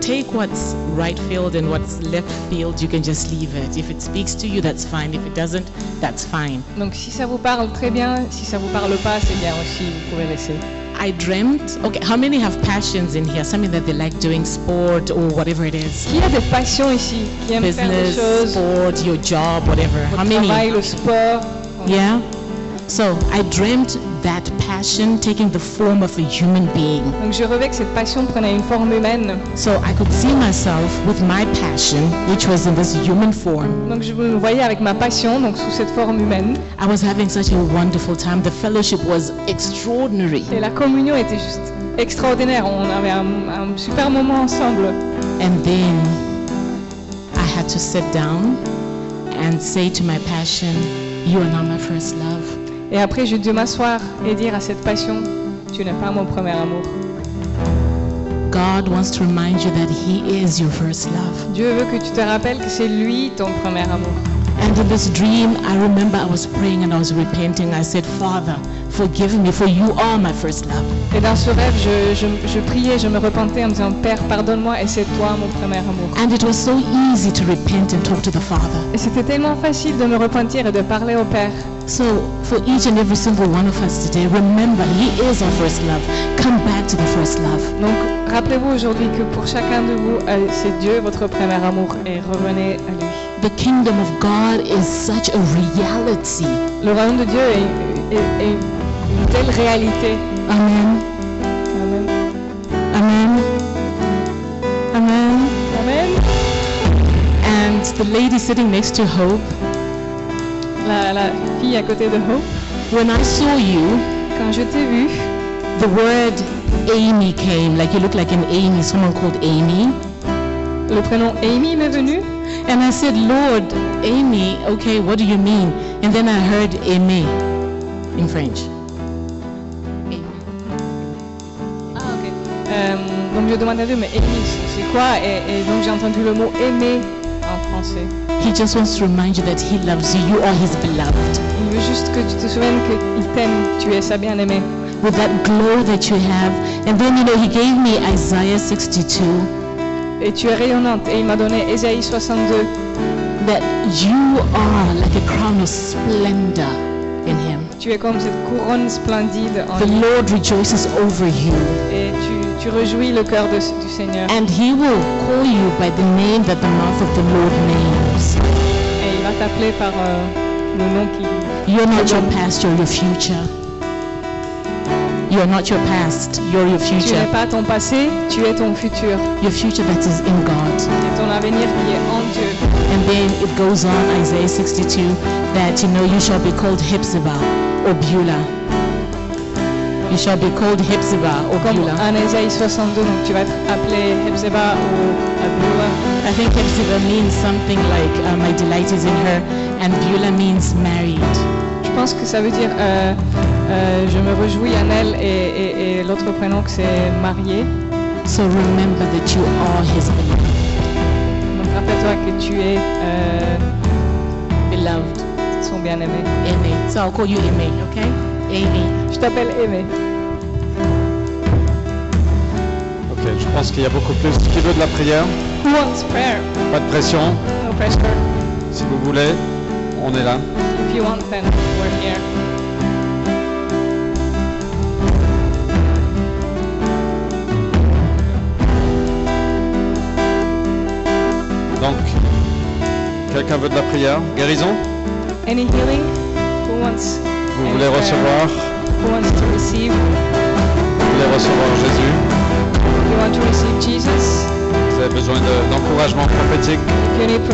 [SPEAKER 6] take what's right field and what's left field, you can just leave it. If it speaks to you, that's fine. If it doesn't, that's fine.
[SPEAKER 2] Donc si ça vous parle, très bien. Si ça vous parle pas, c'est bien aussi, vous pouvez laisser.
[SPEAKER 6] I dreamt, okay, how many have passions in here? Something that they like doing, sport or whatever it is.
[SPEAKER 2] Qui a des passions ici Qui aime faire des
[SPEAKER 6] Business,
[SPEAKER 2] choses
[SPEAKER 6] sport, your job, whatever.
[SPEAKER 2] Le
[SPEAKER 6] How
[SPEAKER 2] travail,
[SPEAKER 6] many?
[SPEAKER 2] le sport.
[SPEAKER 6] Yeah? So I dreamt that passion taking the form of a human being.
[SPEAKER 2] Donc je rêvais que cette passion prenait une forme humaine.
[SPEAKER 6] So I could see myself with my passion, which was in this human form.
[SPEAKER 2] Donc je me voyais avec ma passion, donc sous cette forme humaine.
[SPEAKER 6] I was having such a wonderful time. The fellowship was extraordinary.
[SPEAKER 2] Et la communion était juste extraordinaire. On avait un, un super moment ensemble.
[SPEAKER 6] And then I had to sit down and say to my passion, You are not my first love.
[SPEAKER 2] Et après, j'ai dû m'asseoir et dire à cette passion, tu n'es pas mon premier amour.
[SPEAKER 6] God wants to remind you that He is your first love.
[SPEAKER 2] Dieu veut que tu te rappelles que c'est lui ton premier amour.
[SPEAKER 6] And in this dream, I remember I was praying and I was repenting. I said, Father, forgive me, for you are my first love.
[SPEAKER 2] Et dans ce rêve, je, je- je priais, je me repentais en disant, Père, pardonne-moi et c'est toi mon premier amour.
[SPEAKER 6] And it was so easy to repent and talk to the Father.
[SPEAKER 2] Et c'était tellement facile de me repentir et de parler au Père.
[SPEAKER 6] So, for each and every single one of us today, remember He is our first love. Come back to the first love.
[SPEAKER 2] Donc, rappelez-vous aujourd'hui que pour chacun de vous, euh, c'est Dieu votre premier amour et revenez à lui.
[SPEAKER 6] The kingdom of God is such a reality.
[SPEAKER 2] Le royaume de Dieu est, est- est une telle réalité.
[SPEAKER 6] Amen.
[SPEAKER 2] Amen.
[SPEAKER 6] Amen. Amen.
[SPEAKER 2] Amen.
[SPEAKER 6] And the lady sitting next to Hope,
[SPEAKER 2] La, la fille à côté de Hope,
[SPEAKER 6] when I saw you,
[SPEAKER 2] quand je t'ai vue,
[SPEAKER 6] the word Amy came. Like you look like an Amy, someone called Amy.
[SPEAKER 2] le prénom Amy m'est venu.
[SPEAKER 6] And I said, Lord, Amy, okay, what do you mean? And then I heard Amy in French.
[SPEAKER 2] Euh, donc je demande à Dieu, mais Amy, c'est- c'est quoi et, et donc j'ai entendu le mot aimer en français.
[SPEAKER 6] He just wants to remind you that He loves you. You are His beloved.
[SPEAKER 2] Il veut juste que tu te souviennes qu'il t'aime, tu es sa bien-aimée.
[SPEAKER 6] With that glow that you have. And then, you know, He gave me Isaiah 62.
[SPEAKER 2] Et tu es rayonnante. Et il m'a donné Ésaïe 62.
[SPEAKER 6] that you are like a crown of splendor in him.
[SPEAKER 2] Tu es comme cette couronne splendide en
[SPEAKER 6] The
[SPEAKER 2] lui.
[SPEAKER 6] Lord rejoices over you,
[SPEAKER 2] Et tu, tu rejouis le cœur de- du Seigneur.
[SPEAKER 6] and he will call you by the name that the mouth of the Lord names.
[SPEAKER 2] Et il va t'appeler par euh, le nom qui...
[SPEAKER 6] You're not your past, you're your future. You're not your past, you're your
[SPEAKER 2] Tu n'es
[SPEAKER 6] future.
[SPEAKER 2] pas ton passé, tu es ton futur.
[SPEAKER 6] Your future that is in God.
[SPEAKER 2] Et ton avenir qui est en Dieu.
[SPEAKER 6] And then it goes on, Isaiah 62, that you know you shall be called Hephzibah or Beulah. You shall be called Hephzibah or
[SPEAKER 2] Comme
[SPEAKER 6] Beulah.
[SPEAKER 2] en Ésaïe 62, donc tu vas être appelé Hebzeba ou Abdullah.
[SPEAKER 6] I think Hephzibah means something like uh, my delight is in her, and Beulah means married.
[SPEAKER 2] Je pense que ça veut dire euh, euh, je me réjouis en elle et, et- et l'autre prénom que c'est marié.
[SPEAKER 6] So remember that you are his beloved.
[SPEAKER 2] Donc rappelle-toi que tu es euh,
[SPEAKER 6] beloved.
[SPEAKER 2] son bien-aimé.
[SPEAKER 6] Aimee. So I'll call you Aimee, okay? Aimee.
[SPEAKER 2] Je t'appelle Aimé.
[SPEAKER 1] Ok, je pense qu'il y a beaucoup plus qui veut de la prière.
[SPEAKER 2] Who wants prayer?
[SPEAKER 1] Pas de pression.
[SPEAKER 2] No pressure.
[SPEAKER 1] Si vous voulez, on est là.
[SPEAKER 2] If you want, then we're here.
[SPEAKER 1] Donc, quelqu'un veut de la prière Guérison
[SPEAKER 2] Any healing? Who wants?
[SPEAKER 1] Vous
[SPEAKER 2] any
[SPEAKER 1] voulez
[SPEAKER 2] prayer?
[SPEAKER 1] recevoir
[SPEAKER 2] Who wants to receive?
[SPEAKER 1] Vous voulez recevoir Jésus
[SPEAKER 2] You want to receive Jesus?
[SPEAKER 1] Vous avez besoin de- d'encouragement prophétique
[SPEAKER 2] If you need